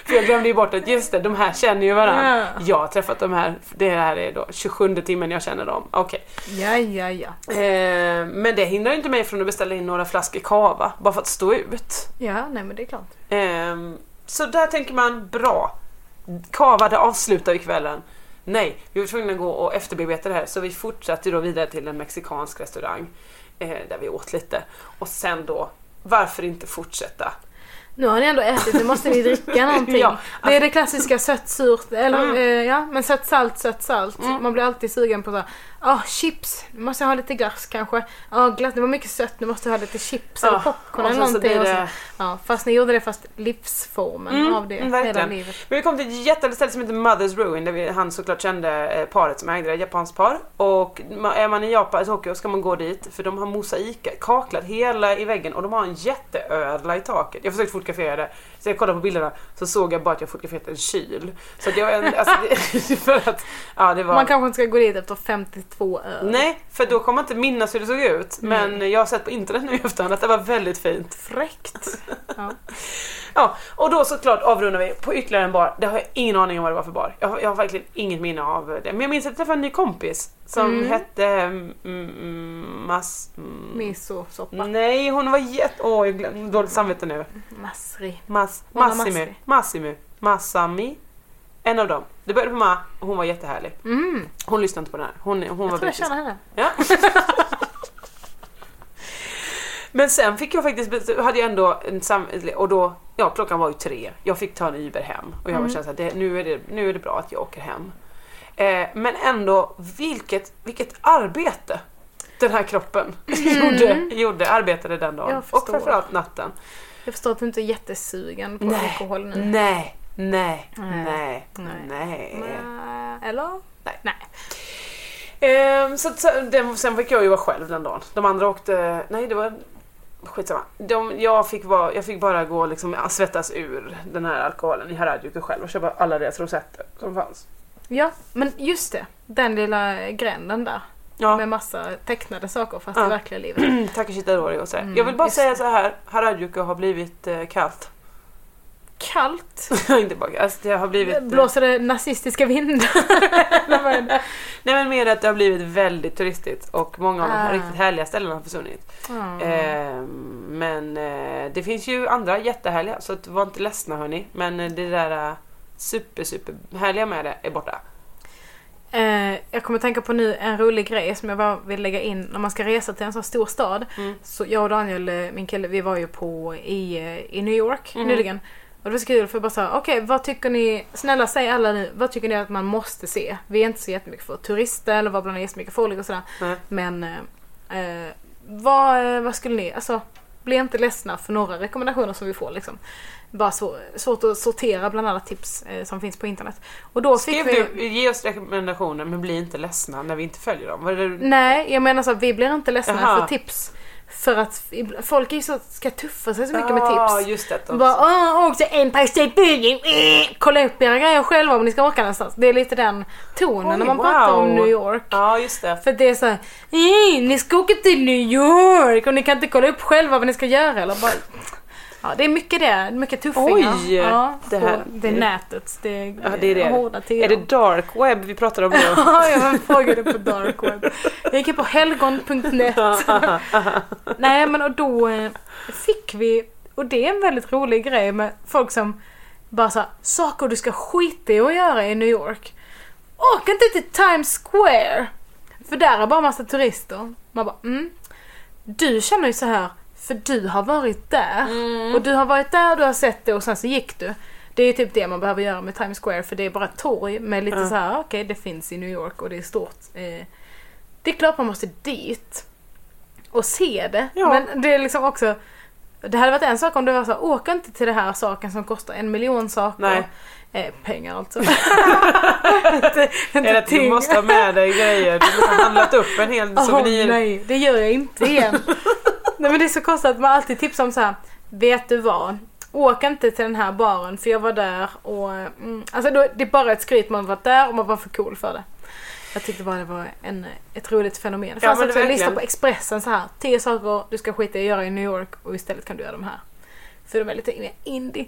S3: för jag glömde ju bort att just det, de här känner ju varandra.
S4: Ja.
S3: Jag har träffat de här, det här är då 27 timmen jag känner dem. Okej.
S4: Ja, ja, ja.
S3: Eh, men det hindrar ju inte mig från att beställa in några flaskor cava bara för att stå ut.
S4: Ja, nej men det är klart.
S3: Ehm, så där tänker man, bra. Kava, det avslutar vi kvällen. Nej, vi var tvungna att gå och efterbearbeta det här så vi fortsatte då vidare till en mexikansk restaurang eh, där vi åt lite. Och sen då, varför inte fortsätta?
S4: Nu har ni ändå ätit, nu måste ni dricka någonting.
S3: Ja, Mm.
S4: Det är det klassiska sött, surt, eller eh, ja, men sött, salt, sött, salt. Man blir alltid sugen på så här, ah chips, nu måste jag ha lite glass kanske. Ja, glass, det var mycket sött, nu måste jag ha lite chips eller
S3: Ja,
S4: popcorn
S3: Ah, och
S4: eller
S3: sen så
S4: någonting.
S3: blir
S4: Och
S3: det-
S4: så, ja, fast ni gjorde det fast livsformen av det
S3: mm,
S4: hela
S3: verkligen.
S4: livet.
S3: Men vi kom till ett jättehärligt ställe som heter Mother's Ruin där vi, han såklart kände eh, paret som ägde det, ett japanskt par. Och ma- är man i Japan, Tokyo, ska man gå dit för de har mosaik kaklat hela i väggen och de har en jätteödla i taket. Jag försökte fotografera det, så jag kollade på bilderna så såg jag bara att jag fotograferat en kyl. Så att jag, en- alltså, det- för att, ja det var...
S4: Man kanske inte ska gå dit efter 52 öl.
S3: Nej, för då kommer man inte minnas hur det såg ut. Men jag har sett på internet nu i efterhand att det var väldigt fint.
S4: Fräckt. Ja.
S3: Ja, och då såklart avrundar vi på ytterligare en bar. Det har jag ingen aning om vad det var för bar. Jag har, jag har verkligen inget minne av det. Men jag minns att jag träffade en ny kompis som hette... mm, Mm, mas, mm,
S4: Miso-soppa.
S3: nej, hon var jätte... Åh, jag glömde dåligt samvete nu.
S4: Masri.
S3: Mas,
S4: Mona
S3: Massimi.
S4: Massi.
S3: Massimi. Massami. En av dem. Det började på Ma och hon var jättehärlig.
S4: Mm.
S3: Hon lyssnade inte på den här. Hon, hon var
S4: Jag tror jag
S3: brittisk.
S4: känner henne.
S3: Ja. Men sen fick jag faktiskt, hade jag ändå en sam... och då, ja klockan var ju tre. Jag fick ta en Uber hem och jag mm. kände att nu, är det- nu är det bra att jag åker hem. Eh, men ändå, vilket, vilket arbete! den här kroppen gjorde, gjorde, arbetade den dagen.
S4: Mm. Jag
S3: Och
S4: förstår.
S3: framförallt natten.
S4: Jag förstår att du inte är jättesugen på
S3: Nej.
S4: alkohol nu.
S3: Nej, nej, nej,
S4: Mm. Nej.
S3: nej.
S4: Men, eh, Eller?
S3: Nej.
S4: Nej.
S3: Ehm, så att, så- den, sen fick jag ju vara själv den dagen. De andra åkte, nej det var skitsamma. De, jag, fick vara, jag fick bara gå och liksom, svettas ur den här alkoholen i Harajuku själv och köpa alla deras rosetter som fanns.
S4: Ja, men just det. Den lilla gränden där.
S3: Ja.
S4: Med massa tecknade saker fast
S3: Ja.
S4: i verkliga livet.
S3: Takashita Rory och så. här.
S4: Mm,
S3: jag vill bara
S4: just
S3: säga
S4: det.
S3: så här, Harajuku har blivit eh, kallt.
S4: Kallt.
S3: Inte bara alltså, det har blivit...
S4: Blåser det nazistiska vindar? Eller vad är det?
S3: Nej men mer att det har blivit väldigt turistigt och många av de här
S4: Ah.
S3: riktigt härliga ställena har försvunnit.
S4: Mm.
S3: Ehm, men eh, det finns ju andra jättehärliga så att var inte ledsna hörni. Men eh, det där eh, super super härliga med det är borta.
S4: Eh, jag kommer tänka på nu en rolig grej som jag bara vill lägga in när man ska resa till en så stor stad.
S3: Mm.
S4: Så jag och Daniel, eh, min kille, vi var ju på i, eh, i New York
S3: Mm.
S4: nyligen. Och det var så kul för jag bara sa okej vad tycker ni, snälla säg alla nu, vad tycker ni att man måste se? Vi är inte så jättemycket för turister eller var bland jättemycket folk och sådär.
S3: Nej.
S4: Men eh, eh, vad, eh, vad skulle ni, alltså bli inte ledsna för några rekommendationer som vi får liksom. Bara så, svårt att sortera bland alla tips eh, som finns på internet. Och då
S3: Skriv
S4: fick vi...
S3: du, ge oss rekommendationer men bli inte ledsna när vi inte följer dem. Vad är det du-
S4: Nej, jag menar så att vi blir inte ledsna
S3: Jaha.
S4: för tips. För att ibla- folk är ju så, ska tuffa sig så mycket med
S3: Ja,
S4: tips.
S3: just det.
S4: De bara åh, åk till en Paris-byggen, kolla upp era grejer själva om ni ska åka någonstans. Det är lite den tonen
S3: Oj,
S4: när man pratar om
S3: wow.
S4: New York.
S3: Ja, just det.
S4: För det är såhär, ni ska åka till New York och ni kan inte kolla upp själva vad ni ska göra eller bara... Ja, det är mycket det, mycket tuffingar.
S3: Oj,
S4: ja,
S3: det
S4: det,
S3: här-
S4: det är nätet, det är,
S3: Ja, det är det.
S4: hårda tider.
S3: Är det dark web vi pratar om nu?
S4: Ja, jag frågade på dark web. Jag gick in på helgon.net. Nej men och då eh, fick vi, och det är en väldigt rolig grej med folk som bara såhär, saker du ska skita i att göra i New York. Åk inte till Times Square! För där är bara massa turister. Man bara, mm. Du känner ju så här för du har varit där. Och du har varit där, du har sett det och sen så gick du. Det är ju typ det man behöver göra med Times Square för det är bara ett torg med lite så här, okej det finns i New York och det är stort. Eh, det är klart man måste dit och se det.
S3: Ja.
S4: Men det är liksom också, det hade varit en sak om det var så här, åk inte till den här saken som kostar en miljon saker.
S3: Nej.
S4: Eh, pengar alltså. inte, inte
S3: Eller att du
S4: ting.
S3: måste ha med dig grejer. Du har handlat upp en hel
S4: Åh
S3: souvenir.
S4: nej, det gör jag inte igen. nej men det är så konstigt att man alltid tipsar om så här. Vet du vad? Åk inte till den här baren för jag var där och... Mm, alltså då, det är bara ett skryt man varit där och man var för cool för det. Jag tyckte bara det var en, ett roligt fenomen. Det
S3: Ja,
S4: fanns
S3: men
S4: också en lista
S3: verkligen.
S4: på Expressen så här. 10 saker du ska skita i att göra i New York och istället kan du göra de här. För de är lite mer indie.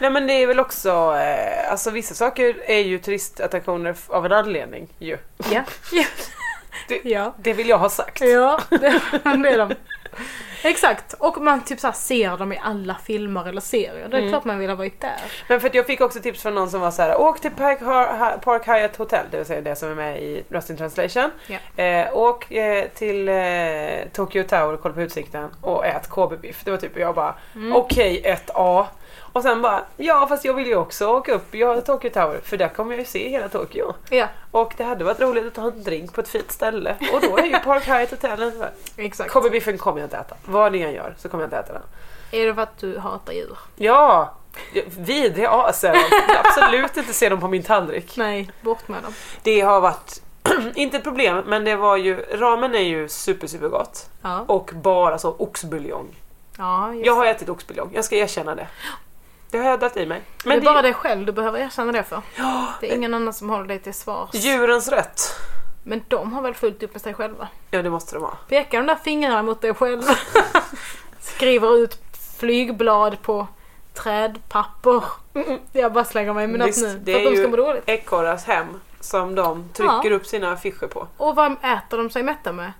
S3: Nej men det är väl också, eh, alltså vissa saker är ju turistattraktioner f- av en anledning ju.
S4: Ja. ja.
S3: Det-
S4: ja.
S3: Det vill jag ha sagt.
S4: Ja, det, det är de. Exakt, och man typ så här ser dem i alla filmer eller serier.
S3: Mm.
S4: Det är klart man vill ha varit där.
S3: Men för att jag fick också tips från någon som var så här: åk till Park, Har- Park Hyatt Hotel, det vill säga det som är med i Lost in translation.
S4: Ja.
S3: Eh, åk eh, till eh, Tokyo Tower och kolla på utsikten och ät KB-biff. Det var typ jag bara, okej 1A. Och sen bara, ja fast jag vill ju också åka upp i Tokyo Tower för där kommer jag ju se hela Tokyo.
S4: Ja,
S3: Och det hade varit roligt att ta en drink på ett fint ställe och då är ju Park Hyatt Hotel en-
S4: exakt.
S3: Kommer biffen kommer jag inte äta. Vad ni än gör så kommer jag inte äta den.
S4: Är det för att du hatar djur?
S3: Ja! Vidriga asen. Jag vill Absolut inte se dem på min tallrik.
S4: Nej, bort med dem.
S3: Det har varit, inte ett problem, men det var ju, ramen är ju super super gott.
S4: Ja,
S3: Och bara så oxbuljong.
S4: ja just
S3: Jag har
S4: det.
S3: ätit oxbuljong, jag ska erkänna det. Det har jag dragit i mig.
S4: Det är
S3: Men det
S4: bara
S3: är
S4: dig själv du behöver erkänna det för. Det är ingen annan som håller dig till svars.
S3: djurens rätt.
S4: Men de har väl fullt upp med sig själva?
S3: Ja det måste de ha.
S4: Pekar de där fingrarna mot dig själv. Skriver ut flygblad på trädpapper. Jag bara slänger mig med något
S3: Visst,
S4: nu.
S3: det
S4: För att
S3: är
S4: de ska
S3: ju-
S4: må dåligt.
S3: Ekorras hem som de trycker upp sina affischer på.
S4: Och vad äter de sig mätta med?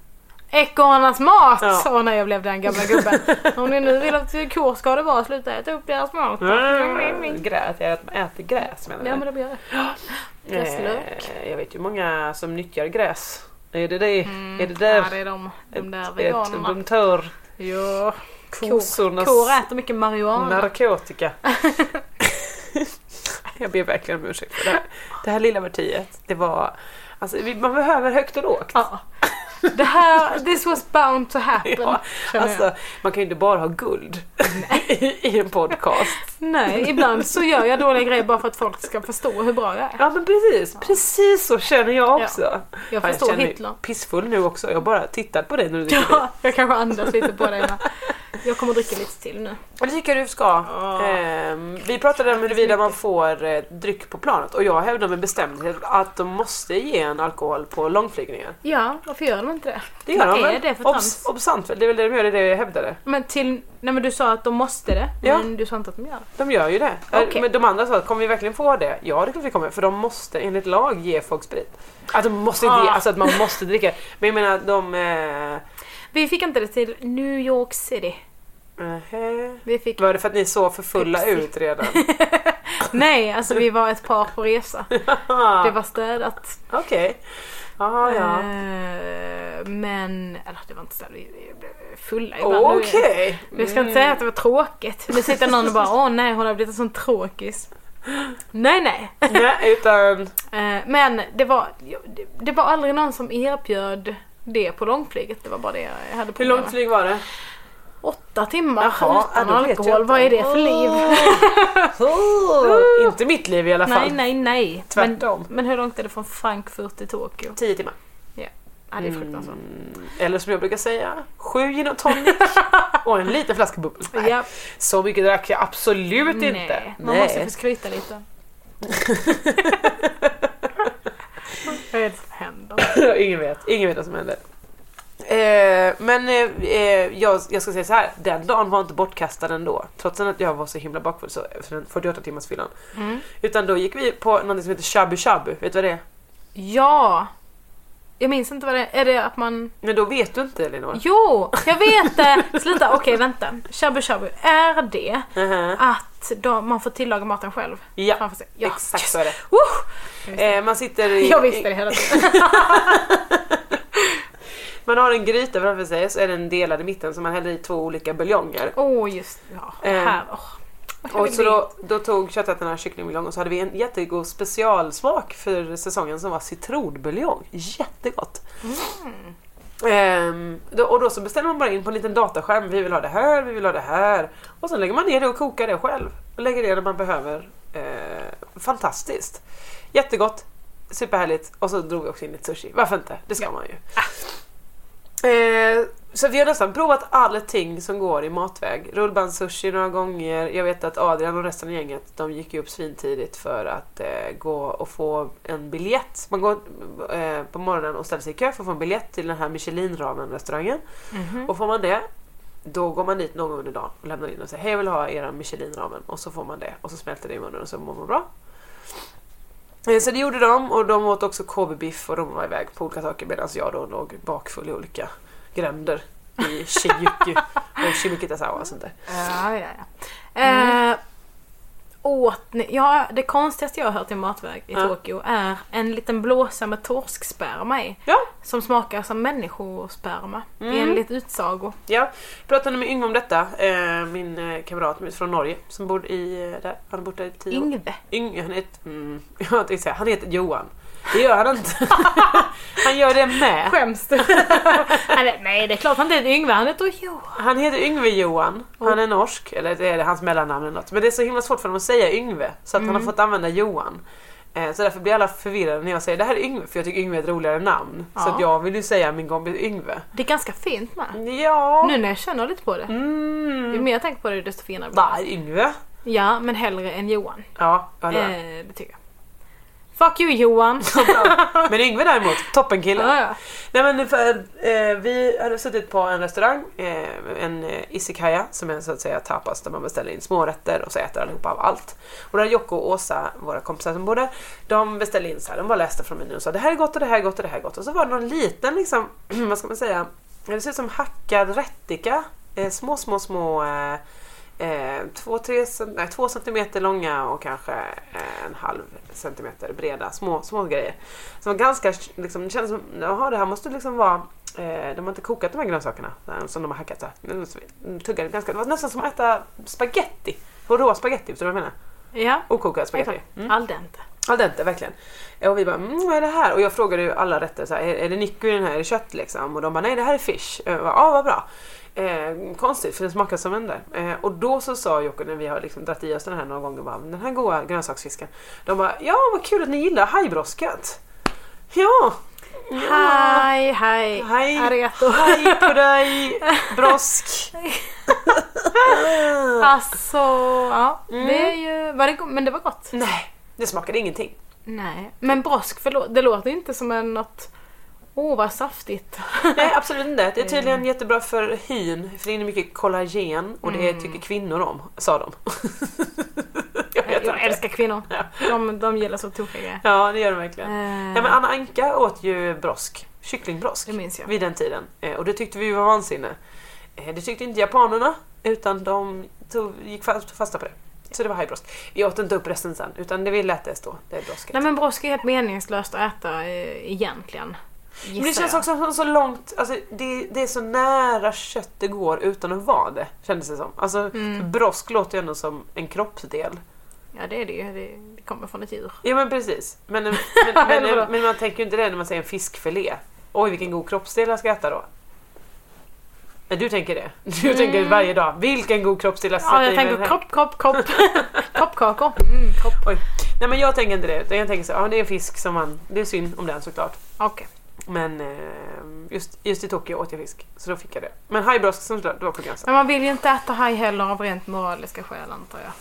S4: Ekorrarnas mat!
S3: Ja.
S4: Åh nej, jag blev den gamla gubben. Om ni nu vill att kor ska det vara, sluta äta upp deras mat.
S3: Grät, jag äter gräs menar
S4: Mm. Ja
S3: jag.
S4: men det blir det. Gräslök.
S3: Eh, Jag vet ju många som nyttjar gräs. Är det det? Är det där?
S4: Mm. Ja det är de, de där veganerna.
S3: de tör
S4: Ja. Kor,
S3: kossornas
S4: kor äter mycket marijuana.
S3: narkotika. jag ber verkligen om ursäkt för det här. Det här lilla partiet, det var... Alltså, vi- man behöver högt och lågt.
S4: Ja. Det här, this was bound to happen.
S3: Ja,
S4: känner jag.
S3: alltså, man kan ju inte bara ha guld i, i en podcast.
S4: Nej, ibland så gör jag dåliga grejer bara för att folk ska förstå hur bra jag är.
S3: Ja men precis, precis så känner jag också.
S4: Jag
S3: Fan,
S4: förstår
S3: känner mig
S4: Hitler.
S3: pissfull nu också, jag bara tittar på dig när du dricker
S4: Ja, jag kanske andas lite på dig med. Jag kommer dricka lite till nu.
S3: Det tycker jag du ska. Ehm, vi pratade om huruvida man får eh, dryck på planet och jag hävdar med bestämdhet att de måste ge en alkohol på långflygningen.
S4: Ja, varför gör de inte det?
S3: Det gör
S4: Vad
S3: de
S4: är
S3: väl?
S4: det för trams?
S3: Obs, obsant väl? Det är väl det de gör, det är det jag hävdade.
S4: Men till... Nej men du sa att de måste det.
S3: Ja.
S4: Men du sa inte att de gör det.
S3: De gör ju det. Eh,
S4: Okej.
S3: Men de andra sa, kommer vi verkligen få det? Ja det är klart vi kommer, för de måste enligt lag ge folk sprit. Att de måste inte ge,
S4: Ah.
S3: alltså att man måste dricka. Men jag menar de... Eh,
S4: Vi fick inte det till New York City.
S3: nähä.
S4: Vi fick...
S3: eh, var det för att ni såg för fulla
S4: Pepsi.
S3: ut redan?
S4: Nej, alltså vi var ett par på resa. Det var städat.
S3: Ah, Okej. Jaha, ja.
S4: Eh, Men... Eller det var inte städat. Vi blev fulla ibland.
S3: Okej.
S4: Men Jag ska inte säga att det var tråkigt. Nu sitter någon och bara åh nej hon har blivit en sån tråkis. Nej nej.
S3: Nej, utan...
S4: Eh, Men det var, det- det var aldrig någon som erbjöd det på långflyget. Det var bara det jag hade
S3: Hur
S4: problem
S3: långt
S4: med.
S3: flyg var det?
S4: Åtta timmar
S3: Jaha, ja,
S4: utan
S3: då vet jag
S4: alkohol.
S3: inte.
S4: Vad är det för liv?
S3: Oh, inte mitt liv i alla fall.
S4: Nej nej nej.
S3: Tvärtom.
S4: Men, men hur långt är det från Frankfurt till Tokyo?
S3: Tio timmar.
S4: Ja det är fruktansvärt.
S3: alltså. Eller som jag brukar säga, sju gin och tonic och en liten flaska bubbel. Nej,
S4: Ja,
S3: Så mycket drack jag absolut inte.
S4: nej. Man måste få skryta lite. Vad är det som händer?
S3: ingen vet, ingen vet vad som händer. Eh, men eh, eh, jag, jag ska säga så här, den dagen var inte bortkastad ändå. Trots att jag var så himla bakfull så efter den 48 timmars fyllan.
S4: Mm.
S3: Utan då gick vi på något som heter shabu shabu, vet du vad det är?
S4: Ja! Jag minns inte vad det är. Är det att man
S3: Men då vet du inte Elinor.
S4: Jo, jag vet det! Sluta, okej vänta. Shabu shabu, är det
S3: Mhm.
S4: att de, man får tillaga maten själv?
S3: Ja,
S4: Framför sig? Ja,
S3: exakt
S4: yes.
S3: så är det.
S4: Woo!
S3: Eh, man sitter i...
S4: Jag visste det hela tiden.
S3: Man har en gryta framför sig så är den delad i mitten så man häller i två olika buljonger.
S4: Åh oh, just ja,
S3: Eh,
S4: här. åh. Vad kan
S3: Och
S4: det
S3: så
S4: bli?
S3: då, då tog köttätarna kycklingbuljong och så hade vi en jättegod specialsmak för säsongen som var citronbuljong. Jättegott!
S4: Mm.
S3: Ehm, då, och då så beställer man bara in på en liten dataskärm. Vi vill ha det här, vi vill ha det här. Och sen lägger man ner det och kokar det själv. Och lägger det när man behöver. Eh, fantastiskt! Jättegott! Superhärligt! Och så drog vi också in lite sushi. Varför inte? Det ska man ju. Eh, så vi har nästan provat allting som går i matväg. Rullbandssushi några gånger. Jag vet att Adrian och resten av gänget de gick ju upp svintidigt för att eh, gå och få en biljett. Man går eh, på morgonen och ställer sig i kö för att få en biljett till den här Michelinramen restaurangen. Och får man det då går man dit någon gång under dagen och lämnar in och säger hej jag vill ha era Michelinramen och så får man det och så smälter det i munnen och så mår man bra. Eh, Så det gjorde de och de åt också KB-biff och de var iväg på olika saker medan jag då låg bakfull i olika gränder i Shiyuki och Shimikitazawa och sånt där.
S4: Ja, ja, ja. Eh, åt ni, ja, det konstigaste jag har hört i matväg i
S3: Ja.
S4: Tokyo är en liten blåsa med torsksperma i.
S3: Ja,
S4: Som smakar som människosperma. Enligt utsago.
S3: ja. Jag pratade med Yngve om detta, eh, min eh, kamrat från Norge som bor i, eh, där. han har bott där i tio år.
S4: Yngve.
S3: Yngve, han heter, mm, jag tänkte säga, han heter Johan. Det gör han inte. han gör det med.
S4: Skäms du? Nej, nej, det är klart han inte heter Yngve, han heter Johan.
S3: Han heter Yngve Johan, han är norsk, eller det är hans mellannamn eller något. Men det är så himla svårt för dem att säga Yngve, så att han
S4: Mm.
S3: har fått använda Johan. Eh, Så därför blir alla förvirrade när jag säger det här är Yngve, för jag tycker Yngve är ett roligare namn. Så
S4: Ja.
S3: att jag vill ju säga min kompis Yngve.
S4: Det är ganska fint med.
S3: Ja...
S4: Nu när jag känner lite på det. Ju
S3: Mm.
S4: mer jag tänker på det desto finare blir
S3: Där,
S4: det.
S3: Yngve.
S4: Ja, men hellre än Johan.
S3: Ja, jag håller med.
S4: Eh, det tycker jag. Fuck you Johan!
S3: Men Yngve däremot, toppenkille.
S4: Eh. ja, ja.
S3: Nej men för, eh, vi hade suttit på en restaurang, eh, en eh, isikaya som är så att säga tapas där man beställer in smårätter och så äter allihopa av allt. Och där Jocke och Åsa, våra kompisar som bodde, de beställde in så här, de bara läste från menyn och sa det här är gott och det här är gott och det här är gott. Och så var det någon liten liksom, vad ska man säga, det ser ut som hackad rättika. Eh, små, små, små eh, eh, två, tre, cent- nej, två centimeter långa och kanske eh, en halv centimeter breda. Små, små grejer. Som var ganska, liksom, det kändes som, jaha det här måste liksom vara, eh, de har inte kokat de här grönsakerna eh, som de har hackat så här. Mm, så vi Tuggade ganska, det var nästan som att äta spaghetti. Rå spagetti, förstår du vad jag menar?
S4: ja. Mm.
S3: Okokad spagetti.
S4: Al dente.
S3: Al dente, verkligen. Och vi bara, mm, vad är det här? Och jag frågade ju alla rätter, så här, är, är det nycko i den här? Är det kött liksom? Och de bara, nej det här är fish. Och jag bara, ja vad bra. Eh, konstigt, för den smakar som den där. Eh, och då så sa Jocke, när vi har liksom dragit i oss den här några gånger, bara, den här goda grönsaksfisken. De bara, ja vad kul att ni gillar hajbroskat. Ja,
S4: Hej, hej.
S3: hej,
S4: Arigato.
S3: hej på dig, brosk.
S4: Alltså, ja. Det är ju, var det, go- men det var gott.
S3: Mm. Nej, det smakade ingenting.
S4: Nej. Men brosk, förlåt, det låter inte som en något... Åh, vad saftigt.
S3: Nej absolut inte. Det är tydligen
S4: Eh.
S3: jättebra för hyn för det innehåller mycket kollagen och
S4: Mm.
S3: det tycker kvinnor om, sa de. jag vet
S4: Jag
S3: inte.
S4: älskar kvinnor.
S3: Ja.
S4: De, de gillar så tokiga grejer.
S3: Ja det gör de verkligen.
S4: Eh.
S3: Nej, men Anna Anka åt ju brosk, kycklingbrosk
S4: Det minns jag.
S3: vid den tiden Eh, och det tyckte vi ju var vansinne. Eh, Det tyckte inte japanerna utan de tog, gick fast, fasta på det. Så det var hajbrosk. Vi åt inte upp resten sen utan det vi lät det stå, det är brosket.
S4: Nej men brosk är helt meningslöst att äta eh, egentligen.
S3: Men det
S4: gissar
S3: känns
S4: jag.
S3: också som så långt, alltså det, det är så nära kött det går utan att vara det kändes det som. Alltså
S4: Mm.
S3: brosk låter ju ändå som en kroppsdel.
S4: Ja det är det ju. Det- Det kommer från ett djur.
S3: Ja men precis. Men, men, men,
S4: Eller
S3: men,
S4: vadå?
S3: men man tänker ju inte det när man säger en fiskfilé. Oj vilken god kroppsdel jag ska äta då. Men du tänker det? Du tänker varje dag, vilken god kroppsdel jag ska
S4: Mm. Ja
S3: sätta
S4: jag
S3: i den
S4: tänker
S3: här."
S4: kropp, kropp, kropp. Kroppkakor. Mm, kropp.
S3: Oj. Nej men jag tänker inte det. Utan jag tänker så här, ja det är en fisk som man, det är synd om den såklart.
S4: Okej.
S3: Men eh, just, just i Tokyo åt jag fisk. Så då fick jag det. Men hajbrosk som det var på gränsen.
S4: Men man vill ju inte äta haj heller av rent moraliska skäl antar jag.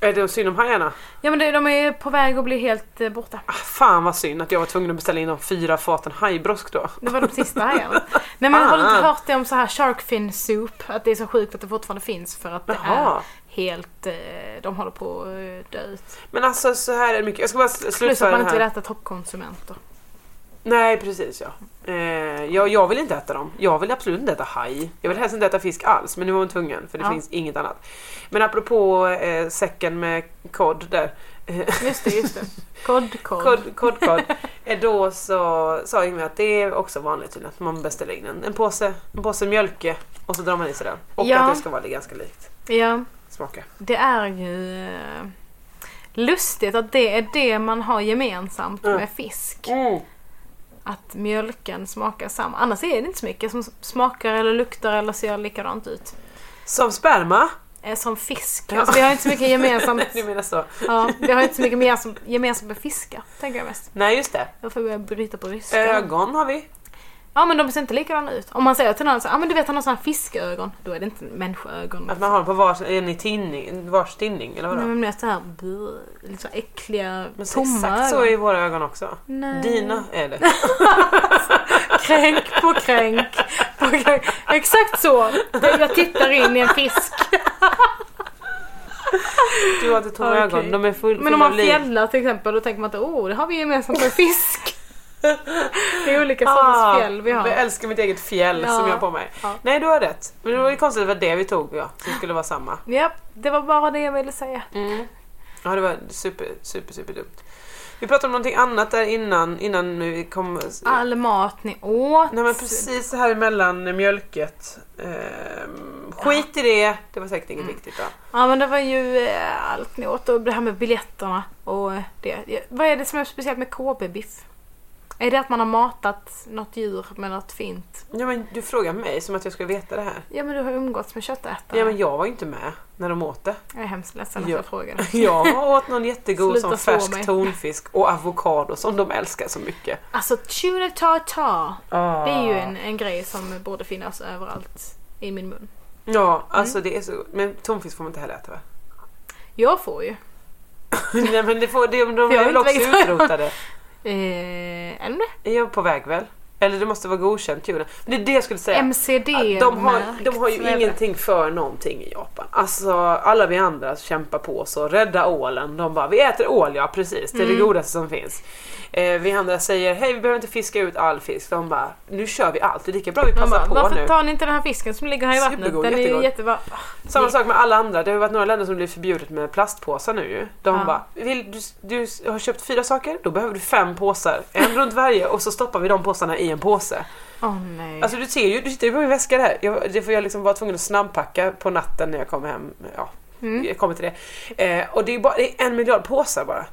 S3: Är det synd om hajarna?
S4: Ja men det, de är på väg att bli helt eh, borta.
S3: Ah, fan vad synd att jag var tvungen att beställa in de fyra faten hajbrosk då.
S4: Det var de sista hajarna. Nej men har du
S3: Ah.
S4: inte hört det om så här shark fin soup? Att det är så sjukt att det fortfarande finns för att det
S3: Jaha.
S4: är helt... eh, De håller på att eh, dö ut.
S3: Men alltså så här är det mycket. Jag ska bara sl-
S4: Plus att
S3: slutföra
S4: man
S3: det
S4: inte vill
S3: här.
S4: äta toppkonsumenter.
S3: Nej precis ja. Eh, jag, jag vill inte äta dem. Jag vill absolut inte äta haj. Jag vill helst inte äta fisk alls men nu var man tvungen för det
S4: Ja.
S3: finns inget annat. Men apropå eh, säcken med kod där. Eh,
S4: Just det, just det. Kod, kod.
S3: kod, kod, kod. Eh, Då så sa Yngve att det är också vanligt tydligen att man beställer in en, en, påse, en påse mjölke och så drar man i sig den. Och
S4: Ja.
S3: att det ska vara ganska likt.
S4: Ja,
S3: Smaka.
S4: det är ju eh, lustigt att det är det man har gemensamt
S3: Mm.
S4: med fisk. Att mjölken smakar samma. Annars är det inte så mycket som smakar eller luktar eller ser likadant ut.
S3: Som sperma.
S4: Eh, Som fisk. Alltså, vi har inte så mycket gemensamt.
S3: Du menar så.
S4: Ja, vi har inte så mycket gemensamt, gemensamt med fiskar, tänker jag mest.
S3: Nej just det.
S4: Jag får börja bryta på ryska.
S3: Ögon har vi.
S4: Ja men de ser inte likadana ut. Om man säger till någon så, ja men du vet han har sådana här fiskögon. Då är det inte människoögon.
S3: Att man har på vars, en i tinning, vars tinning eller vadå?
S4: Nej, men mer såhär liksom äckliga,
S3: Men så
S4: tomma
S3: exakt så
S4: ögon.
S3: är ju våra ögon också.
S4: Nej.
S3: Dina är det.
S4: Kränk på kränk på kränk. Exakt så. Jag tittar in i en fisk.
S3: Du har inte tomma
S4: Okej.
S3: ögon, de är full,
S4: Men om
S3: fulla
S4: man
S3: av liv.
S4: fjällar till exempel då tänker man inte åh det har vi gemensamt med fisk. Det är olika sorters
S3: Ah,
S4: fjäll vi
S3: Jag
S4: har.
S3: älskar mitt eget fjäll
S4: Ja.
S3: som jag har på mig.
S4: Ja.
S3: Nej du har rätt. Men det var ju konstigt att det var det vi tog ja. Som skulle vara samma.
S4: Ja, det var bara det jag ville säga.
S3: Ja det var super, super, super dumt. Vi pratade om någonting annat där innan, innan vi kom...
S4: All mat ni åt.
S3: Nej men precis här emellan mjölket. Ehm, skit i det. Mm. Det var säkert inget viktigt då.
S4: Ja men det var ju eh, allt ni åt och det här med biljetterna och eh, det. Ja, Vad är det som är speciellt med KB-biff? Är det att man har matat något djur med något fint?
S3: Ja, men du frågar mig som att jag skulle veta det här.
S4: Ja men du har umgåtts med köttätare.
S3: Ja, men jag var ju inte med när de åt det.
S4: Jag är hemskt ledsen att
S3: Ja.
S4: jag frågade.
S3: Jag åt någon jättegod
S4: Sluta
S3: som
S4: slå
S3: färsk
S4: mig.
S3: tonfisk och avokado som de älskar så mycket.
S4: Alltså tuna tartar.
S3: Ah.
S4: Det är ju en, en grej som borde finnas överallt i min mun.
S3: Ja, alltså det är så... Men tonfisk får man inte heller äta va?
S4: Jag får ju.
S3: Nej men det får, det, de de
S4: Jag
S3: är
S4: är
S3: väl
S4: inte
S3: också
S4: vegetarian.
S3: utrotade.
S4: Eh, är de det?
S3: Är jag på väg väl? Eller det måste vara godkänt djuren. Men det är det jag skulle säga.
S4: MCD.
S3: Att Ah, de, har, de har ju
S4: märkt.
S3: ingenting för någonting i Japan. Alltså alla vi andra kämpar på så, rädda ålen. De bara, vi äter ål ja precis, det är
S4: Mm.
S3: det godaste som finns. Eh, vi andra säger, hej vi behöver inte fiska ut all fisk. De bara, nu kör vi allt, det är lika bra vi
S4: Man
S3: passar
S4: bara,
S3: på
S4: varför
S3: nu.
S4: tar ni inte den här fisken som ligger här i vattnet?
S3: Supergod,
S4: den är ju
S3: jättegod.
S4: jättebra.
S3: Samma sak med alla andra, det har ju varit några länder som blivit förbjudet med plastpåsar nu ju. De
S4: Ja.
S3: bara, vill, du, du har köpt fyra saker, då behöver du fem påsar. En runt varje och så stoppar vi de påsarna i en påse.
S4: Åh nej.
S3: Alltså du ser ju, du sitter ju på min väska där. Jag, det får jag liksom vara tvungen att snabbpacka på
S4: Mm.
S3: natten när jag kommer hem. Ja, jag kommer till det. Eh, och det är, ju bara, det är en miljard påsar bara.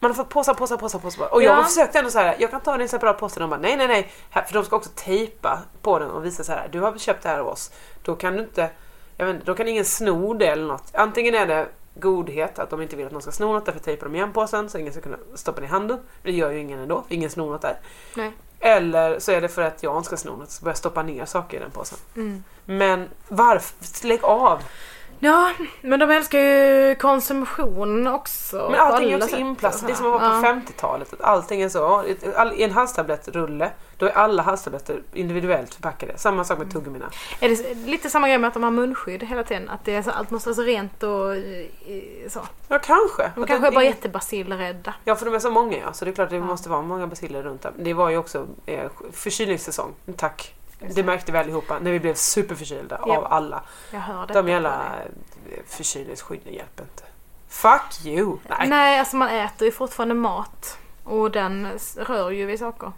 S3: Man har fått påsar, påsar, påsar, påsar. Och jag
S4: Ja.
S3: försökte ändå så här, jag kan ta den i en separat påse. De bara nej, nej, nej. Här- För de ska också tejpa på den och visa så här, du har köpt det här av oss. Då kan du inte, jag vet inte, då kan ingen sno det eller något. Antingen är det godhet, att de inte vill att någon ska sno något, därför tejpar de igen påsen så ingen ska kunna stoppa den i handen. Det gör ju ingen ändå, för ingen snor något där.
S4: Nej.
S3: Eller så är det för att jag inte ska sno något så börjar jag stoppa ner saker i den påsen.
S4: Mm.
S3: Men varför? Lägg av!
S4: Ja, men de älskar ju konsumtion också.
S3: Men allting
S4: På
S3: är
S4: alla
S3: också
S4: sätt.
S3: inplastat. Det är som att vara på 50-talet. Att allting är så. ja, ett- all- I en halstablettrulle, då är alla halstabletter individuellt förpackade. Samma sak
S4: Mm.
S3: med tuggummina.
S4: Är det lite samma grej med att de har munskydd hela tiden? Att det är så, allt måste vara så rent och eh, så.
S3: Ja, kanske.
S4: De
S3: Att
S4: kanske
S3: det-
S4: är bara jättebacillrädda.
S3: Ja, för de är så många ja. Så det är klart att det måste vara många baciller runt där. Men Det var ju också eh, förkylningssäsong. Tack. Det märkte vi allihopa när vi blev superförkylda
S4: Ja.
S3: av alla.
S4: Jag hör det.
S3: De jävla eh, förkylningsskydden hjälper inte. Fuck you! Nej.
S4: Nej, alltså man äter ju fortfarande mat. Och den s- rör ju vid saker.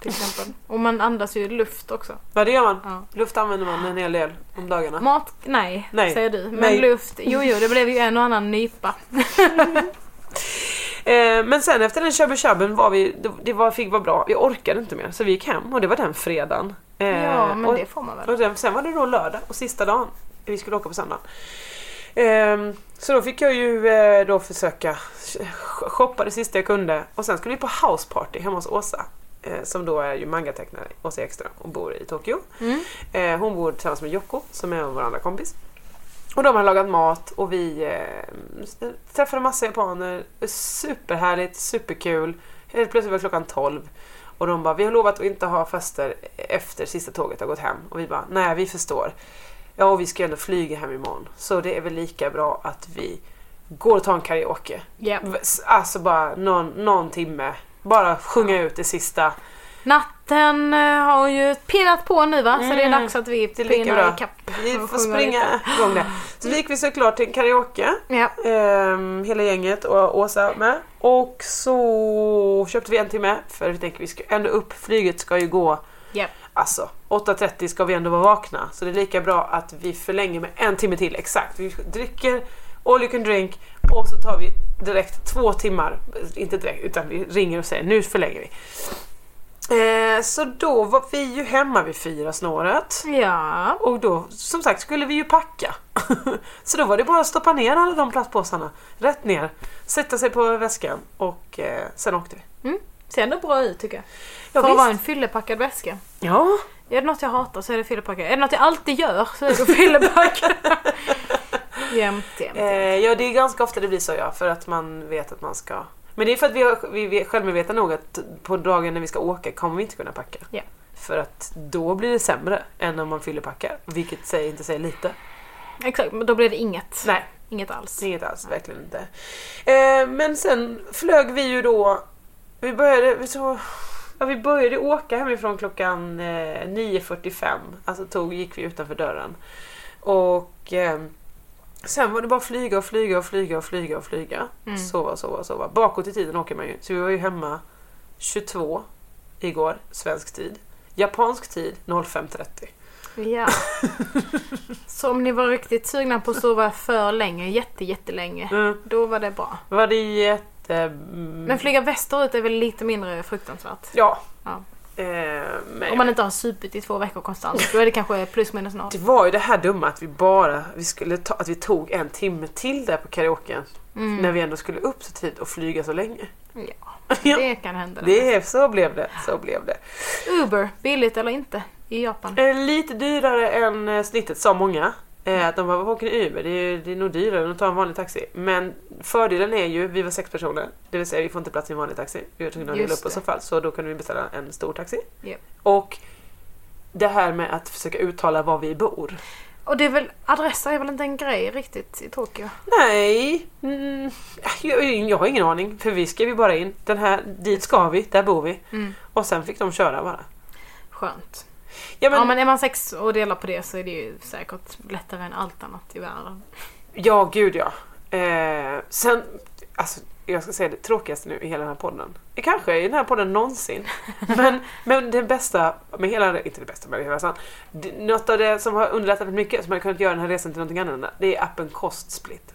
S4: Till exempel. Och man andas ju luft också.
S3: Vad det gör man.
S4: Ja.
S3: Luft använder man en hel del om dagarna.
S4: Mat, nej,
S3: Nej.
S4: säger du. Men
S3: Nej.
S4: luft, jo jo det blev ju en och annan nypa.
S3: Eh, men sen efter den chubby chubben var vi, det, det var, fick vara bra, vi orkade inte mer så vi gick hem och det var den fredagen. Eh,
S4: Ja, men
S3: och,
S4: det får man väl.
S3: och den, sen var det då lördag och sista dagen, vi skulle åka på söndagen. Ehm, så då fick jag ju eh, då försöka sh- shoppa det sista jag kunde och sen skulle vi på houseparty hemma hos Åsa. eh, Som då är ju mangatecknare, Åsa Ekström, och bor i Tokyo.
S4: Mm.
S3: Eh, Hon bor tillsammans med Jocko som är vår andra kompis. Och de har lagat mat och vi eh, träffade massa japaner. Superhärligt, superkul. Helt plötsligt var klockan 12 och de bara, vi har lovat att inte ha fester efter sista tåget har gått hem. Och vi bara, nej vi förstår. Ja, och vi ska ju ändå flyga hem imorgon. Så det är väl lika bra att vi går och tar en karaoke.
S4: Ja.
S3: Alltså bara någon, någon timme. Bara sjunga ut det sista.
S4: Natten eh, har ju pinnat på nu va? Så det är dags att vi
S3: Mm. Det är lika
S4: pinnar
S3: bra.
S4: ikapp.
S3: Vi
S4: och
S3: får
S4: sjunger lite.
S3: springa igång det. Så vi gick vi såklart till en karaoke.
S4: Ja.
S3: Ehm, hela gänget och Åsa med. Och så köpte vi en timme för vi tänkte vi ska ändå upp, flyget ska ju gå
S4: Ja.
S3: Alltså 8.30 ska vi ändå vara vakna så det är lika bra att vi förlänger med en timme till exakt. Vi dricker all you can drink och så tar vi direkt två timmar, inte direkt utan vi ringer och säger nu förlänger vi. Eh, så då var vi ju hemma vid fyra snåret.
S4: Ja.
S3: Och då, som sagt, skulle vi ju packa. så då var det bara att stoppa ner alla de plastpåsarna, rätt ner, sätta sig på väskan och eh, sen åkte vi.
S4: Ser ändå bra ut tycker jag.
S3: Ja,
S4: För att
S3: visst.
S4: vara en fyllepackad väska.
S3: Ja,
S4: Är det något jag hatar så är det fyllepackad. Är det något jag alltid gör så är det fyllepackad. jämt, jämt.
S3: eh, ja, det är ganska ofta det blir så ja, för att man vet att man ska. Men det är för att vi, har, vi, vi är självmedvetna nog att på dagen när vi ska åka kommer vi inte kunna packa.
S4: Ja.
S3: För att då blir det sämre än om man fyller packar, vilket säger, inte säger lite.
S4: Exakt, men då blir det inget.
S3: Nej,
S4: Inget alls.
S3: Inget alls, alltså verkligen inte. Eh, men sen flög vi ju då... Vi började, vi så, ja, vi började åka hemifrån klockan eh, 9.45. Alltså tog, gick vi utanför dörren. Och eh, sen var det bara flyga och flyga och flyga och flyga och flyga.
S4: Mm.
S3: Sova och sova och sova. Bakåt i tiden åker man ju. Så vi var ju hemma 22 igår, svensk tid. Japansk tid 05.30.
S4: Ja. Så om ni var riktigt sugna på att sova för länge, jätte, jättelänge,
S3: Mm.
S4: då var det bra.
S3: Var det jätte... Mm.
S4: Men flyga västerut är väl lite mindre fruktansvärt?
S3: Ja.
S4: Ja.
S3: Eh, men-
S4: Om man inte har supit i två veckor konstant, då är det kanske plus minus noll.
S3: Det var ju det här dumma att vi bara vi skulle ta, att vi tog en timme till där på karaoken. När vi ändå skulle upp så tid och flyga så länge.
S4: Mm. Ja, det kan hända.
S3: Det är, så blev det. Så blev det.
S4: Uber, billigt eller inte, i Japan.
S3: Eh, lite dyrare än eh, snittet sa många.
S4: Mm.
S3: Eh, att de bara, åker ni Uber? Det är, ju- det är nog dyrare än att ta en vanlig taxi. Men fördelen är ju, vi var sex personer. Det vill säga vi får inte plats i en vanlig taxi. Vi var tvungna att dela
S4: Just
S3: upp oss i
S4: det.
S3: så fall. Så då kunde vi beställa en stor taxi.
S4: Japp.
S3: Och det här med att försöka uttala var vi bor.
S4: Och det är väl, adresser är väl inte en grej riktigt i Tokyo?
S3: Nej, mm, jag, jag har ingen aning. För vi skrev ju bara in. Den här, dit ska vi, där bor vi. Och sen fick de köra bara.
S4: Skönt.
S3: Ja, men, ja,
S4: ja men är man sex och delar på det så är det ju säkert lättare än allt annat i världen.
S3: gud ja. Eh, sen, alltså jag ska säga det tråkigaste nu i hela den här podden. Det Kanske i den här podden någonsin. men, men det bästa med hela, inte det bästa med hela resan. Det- Något av det som har underlättat mycket, som har kunnat göra den här resan till någonting annorlunda. Det är appen Kostsplit.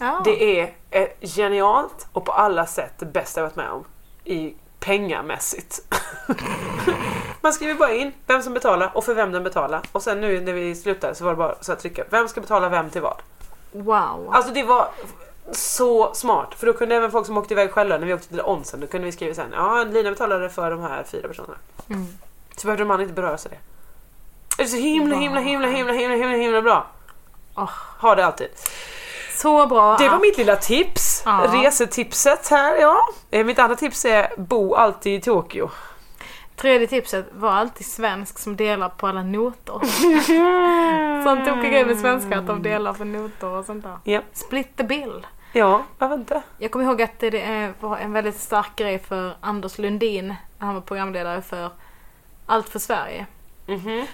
S4: Ja.
S3: Det är eh, genialt och på alla sätt det bästa jag varit med om. I pengamässigt. Man skriver bara in vem som betalar och för vem den betalar. Och sen nu när vi slutar så var det bara så att trycka. Vem ska betala vem till vad?
S4: Wow.
S3: Alltså det var så smart. För då kunde även folk som åkte iväg själva, när vi åkte till Onsen, då kunde vi skriva sen. Ja, Lina betalade för de här fyra personerna.
S4: Mm.
S3: Så behövde man inte beröra sig det. Det är så himla, himla, himla, himla, himla, himla, himla bra.
S4: Åh.
S3: Ha det alltid.
S4: Så bra.
S3: Det var mitt lilla tips.
S4: Ja.
S3: Resetipset här, ja. Eh, Mitt andra tips är bo alltid i Tokyo.
S4: Tredje tipset var alltid svensk som delar på alla notor. Sån tokig grej med svenskar att de delar på notor och sånt där.
S3: Ja,
S4: Split the bill.
S3: ja varför inte?
S4: Jag kommer ihåg att det- det eh, var en väldigt stark grej för Anders Lundin när han var programledare för Allt för Sverige.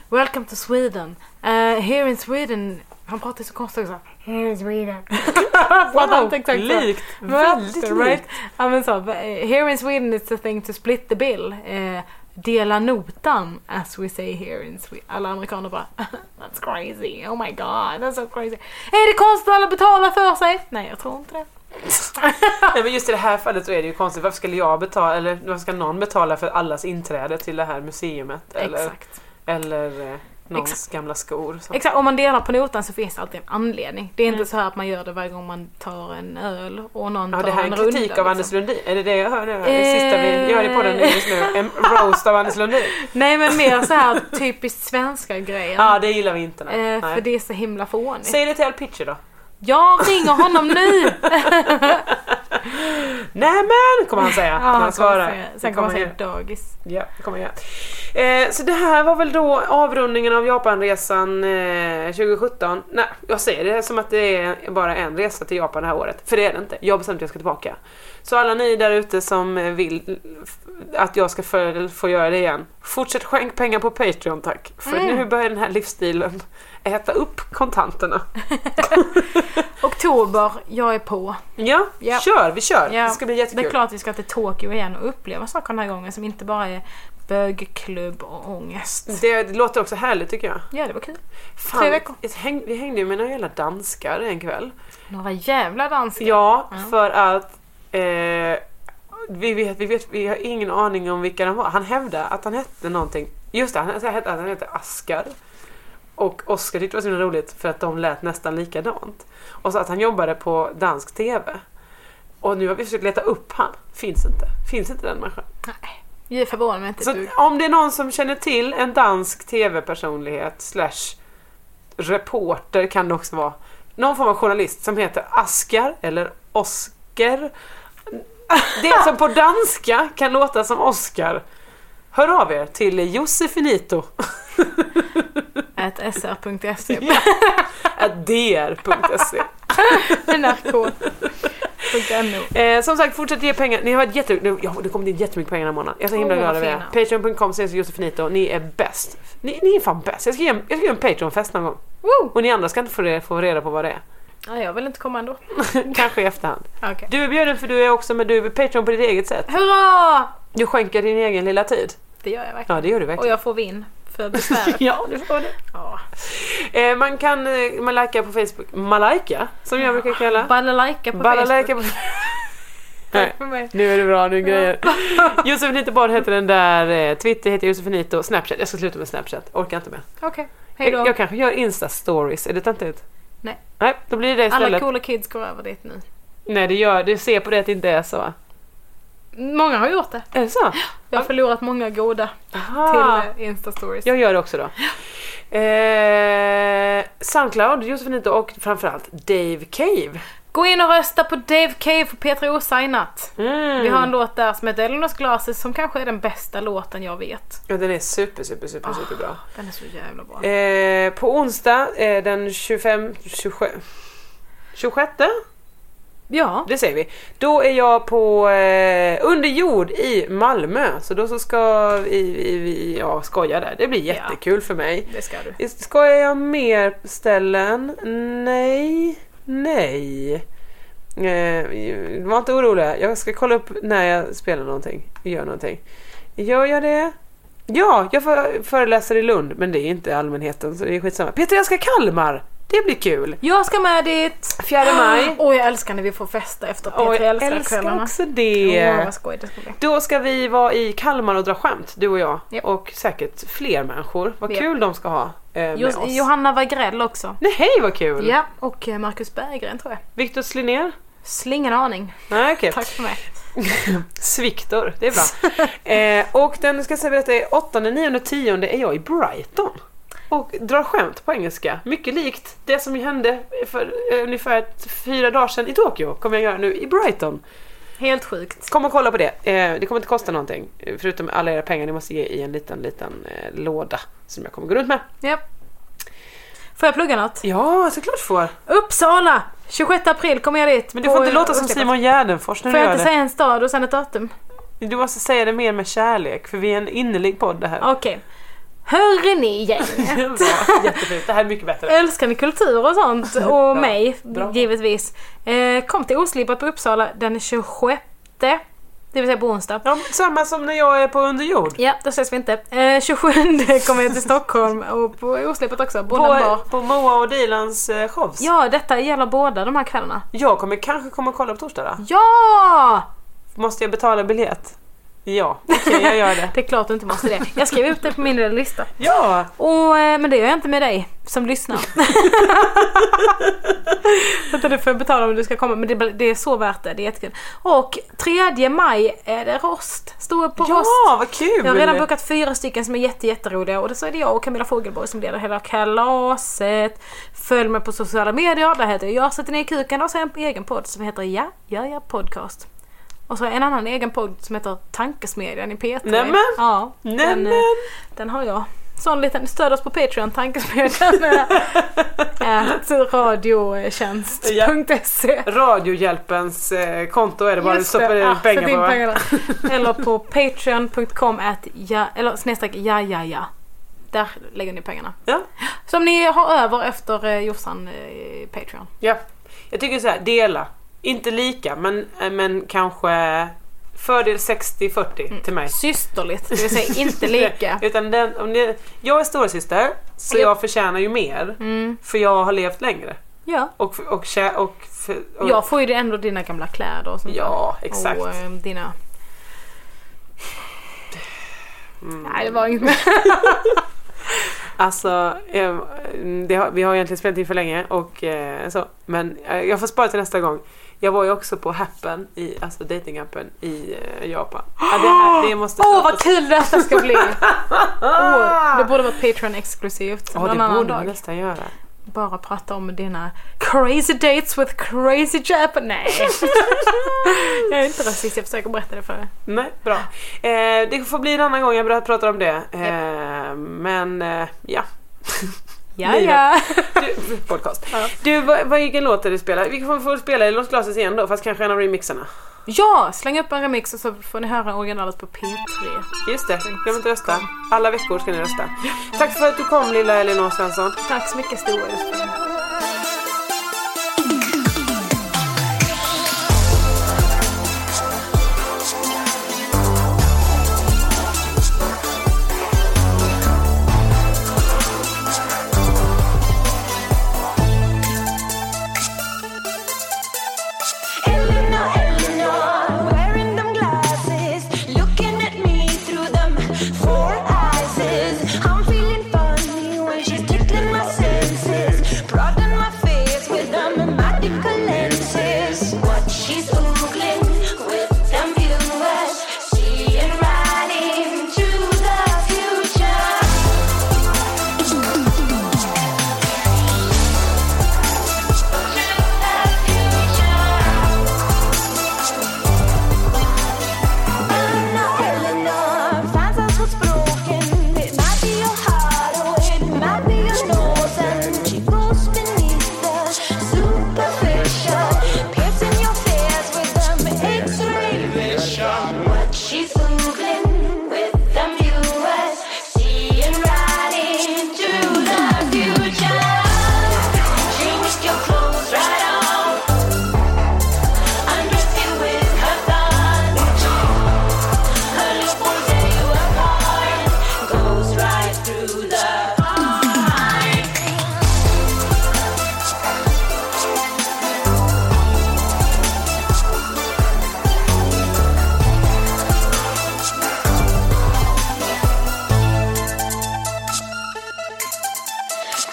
S4: Welcome to Sweden. Eh, here in Sweden. Han pratade så konstigt också. Here in Sweden. Pratade inte exakt så.
S3: likt.
S4: Right,
S3: Väldigt
S4: right.
S3: likt.
S4: Ja, men så, eh, here in Sweden it's a thing to split the bill. Eh, dela notan as we say here in Sweden. Alla amerikaner bara that's crazy, oh my god, that's so crazy. Är det konstigt att alla betalar för sig? Nej, jag tror inte det.
S3: Nej men just i det här fallet så är det ju konstigt. Varför skulle jag betala, eller varför ska någon betala för allas inträde till det här museumet? Eller,
S4: Exakt.
S3: eller eh, någons
S4: Exakt.
S3: gamla skor. Så.
S4: Exakt, om man delar på notan så finns det alltid en anledning. Det är inte så här att man gör det varje gång man tar en öl och någon
S3: Mm. Ja,
S4: tar
S3: det här är
S4: en
S3: en
S4: runda.
S3: kritik av Anders
S4: liksom.
S3: Lundin. Är det det jag hör nu? Det sista vi gör i podden
S4: Eh.
S3: just nu. En roast av Anders Lundin.
S4: Nej men mer så här typiskt svenska grejer.
S3: Ja, det gillar vi inte. Nej.
S4: Eh, för
S3: Nej.
S4: det är så himla fånigt.
S3: Säg det till Al Pitcher då.
S4: Jag ringer honom nu!
S3: Nämen! Kommer han säga. när
S4: han
S3: han svarar.
S4: säga- Sen kommer han säga
S3: han
S4: dagis.
S3: Ja, det kommer jag göra. Eh, så det här var väl då avrundningen av Japanresan eh, 2017. Nej, jag säger det som att det är bara en resa till Japan det här året. För det är det inte. Jag har bestämt att jag ska tillbaka. Så alla ni där ute som eh, vill f- att jag ska få, få göra det igen. Fortsätt skänk pengar på Patreon tack. För
S4: Mm.
S3: nu börjar den här livsstilen äta upp kontanterna.
S4: Oktober, jag är på.
S3: Ja,
S4: Ja.
S3: kör, vi kör.
S4: Ja,
S3: Det ska bli jättekul.
S4: Det är klart vi ska till Tokyo igen och uppleva saker den här gången som inte bara är bögklubb och ångest.
S3: det låter också härligt tycker jag.
S4: Ja, det var kul.
S3: Fan,
S4: Tre veckor.
S3: jag häng, vi hängde ju med några jävla danskar en kväll.
S4: Några jävla danskar.
S3: Ja, för att eh, vi, vet, vi, vet, vi har ingen aning om vilka de var. Han hävdade att han hette någonting. Just det, han alltså, hette att han hette Askar. Och Oskar tyckte det var så himla roligt för att de lät nästan likadant. Och så att han jobbade på dansk TV. Och nu har vi försökt leta upp han. Finns inte. Finns inte den människan.
S4: Nej, jag förvånar mig inte.
S3: Så
S4: ett dugg.
S3: att om det är någon som känner till en dansk TV-personlighet slash reporter kan det också vara. Någon form av journalist som heter Askar eller Oskar. Det som på danska kan låta som Oskar. Hör av er till Josefinito
S4: At sr.se.
S3: at dr.se.
S4: nrk.no.
S3: Eh, som sagt, fortsätt ge pengar. Ni har varit jätte... Nu, ja, det kom in jättemycket pengar den här månaden. Jag är så himla
S4: Åh, vad
S3: glad över det. Patreon.com ses Josefinito. Ni är bäst. Ni, ni är fan bäst. Jag ska göra en, jag ska göra en Patreon-fest någon gång.
S4: Woo!
S3: Och ni andra ska inte få, re- få reda på vad det är.
S4: Ja, jag vill inte komma ändå.
S3: Kanske i efterhand.
S4: Okej.
S3: Du är bjuden för du är också men du är Patreon på ditt eget sätt.
S4: Hurra!
S3: Du skänker din egen lilla tid.
S4: Det gör jag verkligen.
S3: Ja det gör du
S4: Och
S3: verkligen.
S4: jag får vin för besväret.
S3: Ja, du får det.
S4: Ja.
S3: Eh, man kan eh, malajka på Facebook. Malajka? Som jag brukar kalla.
S4: Balalaika på
S3: Balalajka på Nej,
S4: Facebook. För mig.
S3: nu är det bra, nu är grejer. Josefinito Bard heter den där. eh, Twitter heter Josefinito. Snapchat, jag ska sluta med Snapchat. Orkar inte med.
S4: Okej, hej
S3: Jag,
S4: då.
S3: jag kanske gör Insta-stories. Är det töntigt?
S4: Nej.
S3: Nej, då blir det det
S4: Alla
S3: istället.
S4: coola kids går över dit nu.
S3: Nej, det gör Du ser på det att det inte är så va?
S4: Många har gjort det.
S3: Är det så?
S4: Jag har förlorat många goda
S3: Aha.
S4: till eh, Insta-stories.
S3: Jag gör det också då. Eh, Soundcloud, Josefinito och framförallt Dave Cave.
S4: Gå in och rösta på Dave Cave på Petra Ossignat.
S3: Mm.
S4: Vi har en låt där som heter Eleanor's Glasses som kanske är den bästa låten jag vet.
S3: Ja, den är super, super, super, superbra.
S4: Den är så jävla bra.
S3: Eh, på onsdag eh, den 25... 27... 26?
S4: Ja,
S3: Det säger vi. Då är jag på eh, Underjord i Malmö. Så då så ska vi, vi, vi ja, skoja där. Det blir jättekul för mig.
S4: det ska du.
S3: Skojar jag mer ställen? Nej, nej. Eh, var inte oroliga, jag ska kolla upp när jag spelar någonting, gör någonting. Gör jag det? Ja, jag får- föreläser i Lund, men det är inte allmänheten så det är skitsamma. Peter Älskar Kalmar! Det blir kul.
S4: Jag ska med dit! Ah.
S3: 4 maj.
S4: Åh, jag älskar när vi får festa efter P3
S3: Och jag älskar
S4: Älskar-kvällarna.
S3: också det.
S4: Åh, vad skoj det ska bli.
S3: Då ska vi vara i Kalmar och dra skämt, du och jag.
S4: Japp.
S3: Och säkert fler människor. Vad
S4: Japp.
S3: kul de ska ha eh, med
S4: Jo,
S3: oss.
S4: Johanna Wagrell också.
S3: Nej, vad kul!
S4: Ja, och eh, Marcus Berggren tror jag.
S3: Viktor Slinnér?
S4: Slingen aning.
S3: Nej, okej.
S4: Tack för mig.
S3: Sviktor, det är bra. eh, och den nu ska jag säga berätta är 8, 9 och 10 är jag i Brighton. Och drar skämt på engelska. Mycket likt det som hände för eh, ungefär fyra dagar sedan i Tokyo kommer jag göra nu i Brighton.
S4: Helt sjukt.
S3: Kom och kolla på det. Eh, det kommer inte kosta någonting. eh, Förutom alla era pengar ni måste ge i en liten, liten eh, låda som jag kommer gå runt med.
S4: Ja. Får jag plugga något?
S3: Ja, såklart får.
S4: Uppsala! 26 april kommer jag dit.
S3: Men du får
S4: på-
S3: inte låta som
S4: Uppsala.
S3: Simon Gärdenfors när
S4: Får
S3: du
S4: jag
S3: gör
S4: inte
S3: det.
S4: säga en stad och sen ett datum?
S3: Du måste säga det mer med kärlek för vi är en innerlig podd det här.
S4: Okej. Hörrni ni gänget.
S3: Bra, jättefint. Det här är mycket bättre.
S4: Älskar ni kultur och sånt? Och mig
S3: bra.
S4: givetvis. Eh, kom till Oslipat på Uppsala den 26. Det vill säga på onsdag.
S3: Ja, samma som när jag är på underjord.
S4: Ja, då ses vi inte. Eh, 27 kommer jag till Stockholm och på Oslipat också. Båda
S3: På,
S4: var.
S3: på Moa och Dylans eh, shows.
S4: Ja, detta gäller båda de här kvällarna.
S3: Jag kommer kanske komma och kolla på torsdag då.
S4: Ja!
S3: Måste jag betala biljett? Ja, okej jag gör det.
S4: Det är klart du inte måste det. Jag skrev ut det på min lilla lista.
S3: Ja!
S4: Och, eh, men det gör jag inte med dig som lyssnar. Så att du får betala om du ska komma. Men det, det är så värt det. Det är jättekul. Och 3 maj är det rost. Stå upp på rost.
S3: Ja, vad kul!
S4: Jag har redan bokat fyra stycken som är jätte, jätteroliga och så är det jag och Camilla Fogelborg som leder hela kalaset. Följ mig på sociala medier, där heter jag sätter ner kuken och så har jag en egen podd som heter Ja, ja, ja podcast. Och så har jag en annan egen podd som heter Tankesmedjan i P3.
S3: Nämen!
S4: Ja, Den,
S3: Nämen!
S4: eh, den har jag. Sån liten, stöd oss på Patreon, Tankesmedjan eh, at radiotjänst.se
S3: Radiohjälpens eh, konto är det bara. Du
S4: Just det.
S3: stoppar in
S4: Ah,
S3: pengar
S4: sätt
S3: på
S4: in
S3: va?
S4: pengarna. Eller på patreon.com at ja, eller snedstreck ja, ja, ja. Där lägger ni pengarna.
S3: Ja.
S4: Som ni har över efter eh, Jossan eh, Patreon.
S3: ja. Jag tycker så här, dela. Inte lika, men, eh, men kanske fördel 60-40 till mig.
S4: Mm. Systerligt, det vill säga inte lika.
S3: Utan den, om ni, jag är storasyster, så
S4: Ja.
S3: jag förtjänar ju mer. För jag har levt längre.
S4: Mm. Ja.
S3: Och, och, kä- och, för- och
S4: Jag får ju det ändå dina gamla kläder och sånt
S3: Ja,
S4: där.
S3: exakt.
S4: Och eh, dina...
S3: Mm.
S4: Nej, det var inget mer.
S3: Alltså, eh, det har, vi har egentligen spelat in för länge och eh, så. Men eh, jag får spara till nästa gång. Jag var ju också på Happen, i, alltså datingappen i eh, Japan. Ja, det, här, det måste
S4: Åh, vad kul detta ska bli! Åh, det borde varit Patreon-exklusivt.
S3: Ja,
S4: någon
S3: det
S4: annan
S3: borde
S4: dag.
S3: vi nästan göra.
S4: bara prata om dina crazy dates with crazy Japan. Nej. jag är inte rasist, jag försöker berätta det för dig.
S3: Nej, bra. Eh, det får bli en annan gång jag börjar prata om det. Eh, men eh, ja.
S4: Ja, ja.
S3: Du, podcast. Du, vad, vad, vilken låt är det du spelar? Vi får, får spela i Los Glases igen då, fast kanske en av remixerna.
S4: Ja, släng upp en remix och så får ni höra originalet på P3.
S3: Just det, glöm inte rösta. Alla veckor ska ni rösta. Tack för att du kom lilla Elinor Svensson.
S4: Tack så mycket Stora Josefin.
S5: Eleanor, Eleanor, wearing them glasses, looking at me through them four eyes. I'm feeling funny when she's tickling my senses. Brought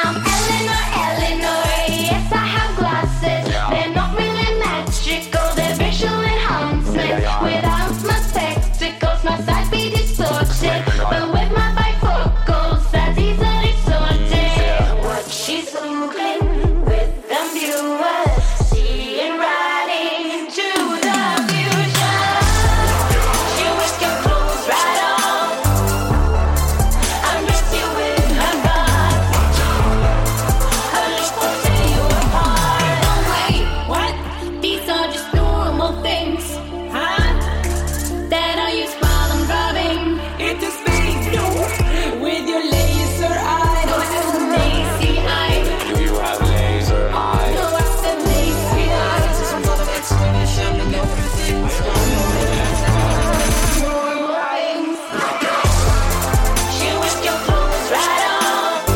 S5: I'm Eleanor, Eleanor. Yes, I have glasses. They're not really magical, they're visual enhancements. Without my spectacles, my sight be distorted. But with my bifocals, that's easily sorted. What she's googling with them viewers. Seeing right into the future. She whisk your clothes right off. I'm dressed you in her God. Her lips will tear you apart. Oh wait, what? These are just normal things, huh? That I use while I'm driving into space with your laser eyes. No, I have lazy eyes. Do you have laser eyes? No, I said lazy eyes. Some sort of explanation to everything. Normal things. She whisked your clothes right off.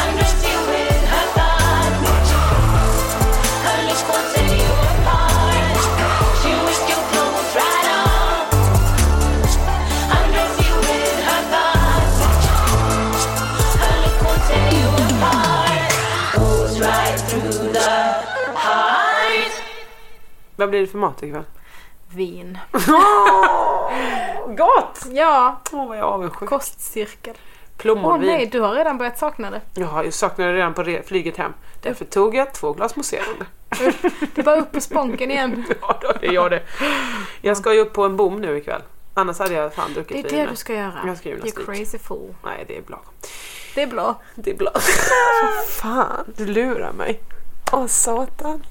S5: I'm dressed you with her thoughts. Her lips will tear you apart. She whisked your clothes right off. I'm dressed you with her thoughts. Her lips will tear you apart. Goes right through the heart.
S3: Vad blir det för mat ikväll?
S4: Vin.
S3: Gott!
S4: Ja,
S3: Åh vad jag är avundsjuk.
S4: kostcirkel. Åh
S3: Plommonvin.
S4: nej, du har redan börjat sakna det.
S3: Jaha, jag saknade det redan på re- flyget hem. Därför tog jag två glas mousserande.
S4: Det är bara upp på spånken igen.
S3: Ja, då, det gör det. Jag ska ju upp på en bom nu ikväll. Annars hade jag fan druckit
S4: Det är
S3: vin
S4: det
S3: med.
S4: du ska göra.
S3: Jag ska
S4: det är
S3: gymnastik.
S4: crazy fool.
S3: Nej, det är bra.
S4: Det är bra.
S3: Det är bra. fan, du lurar mig. Åh, satan.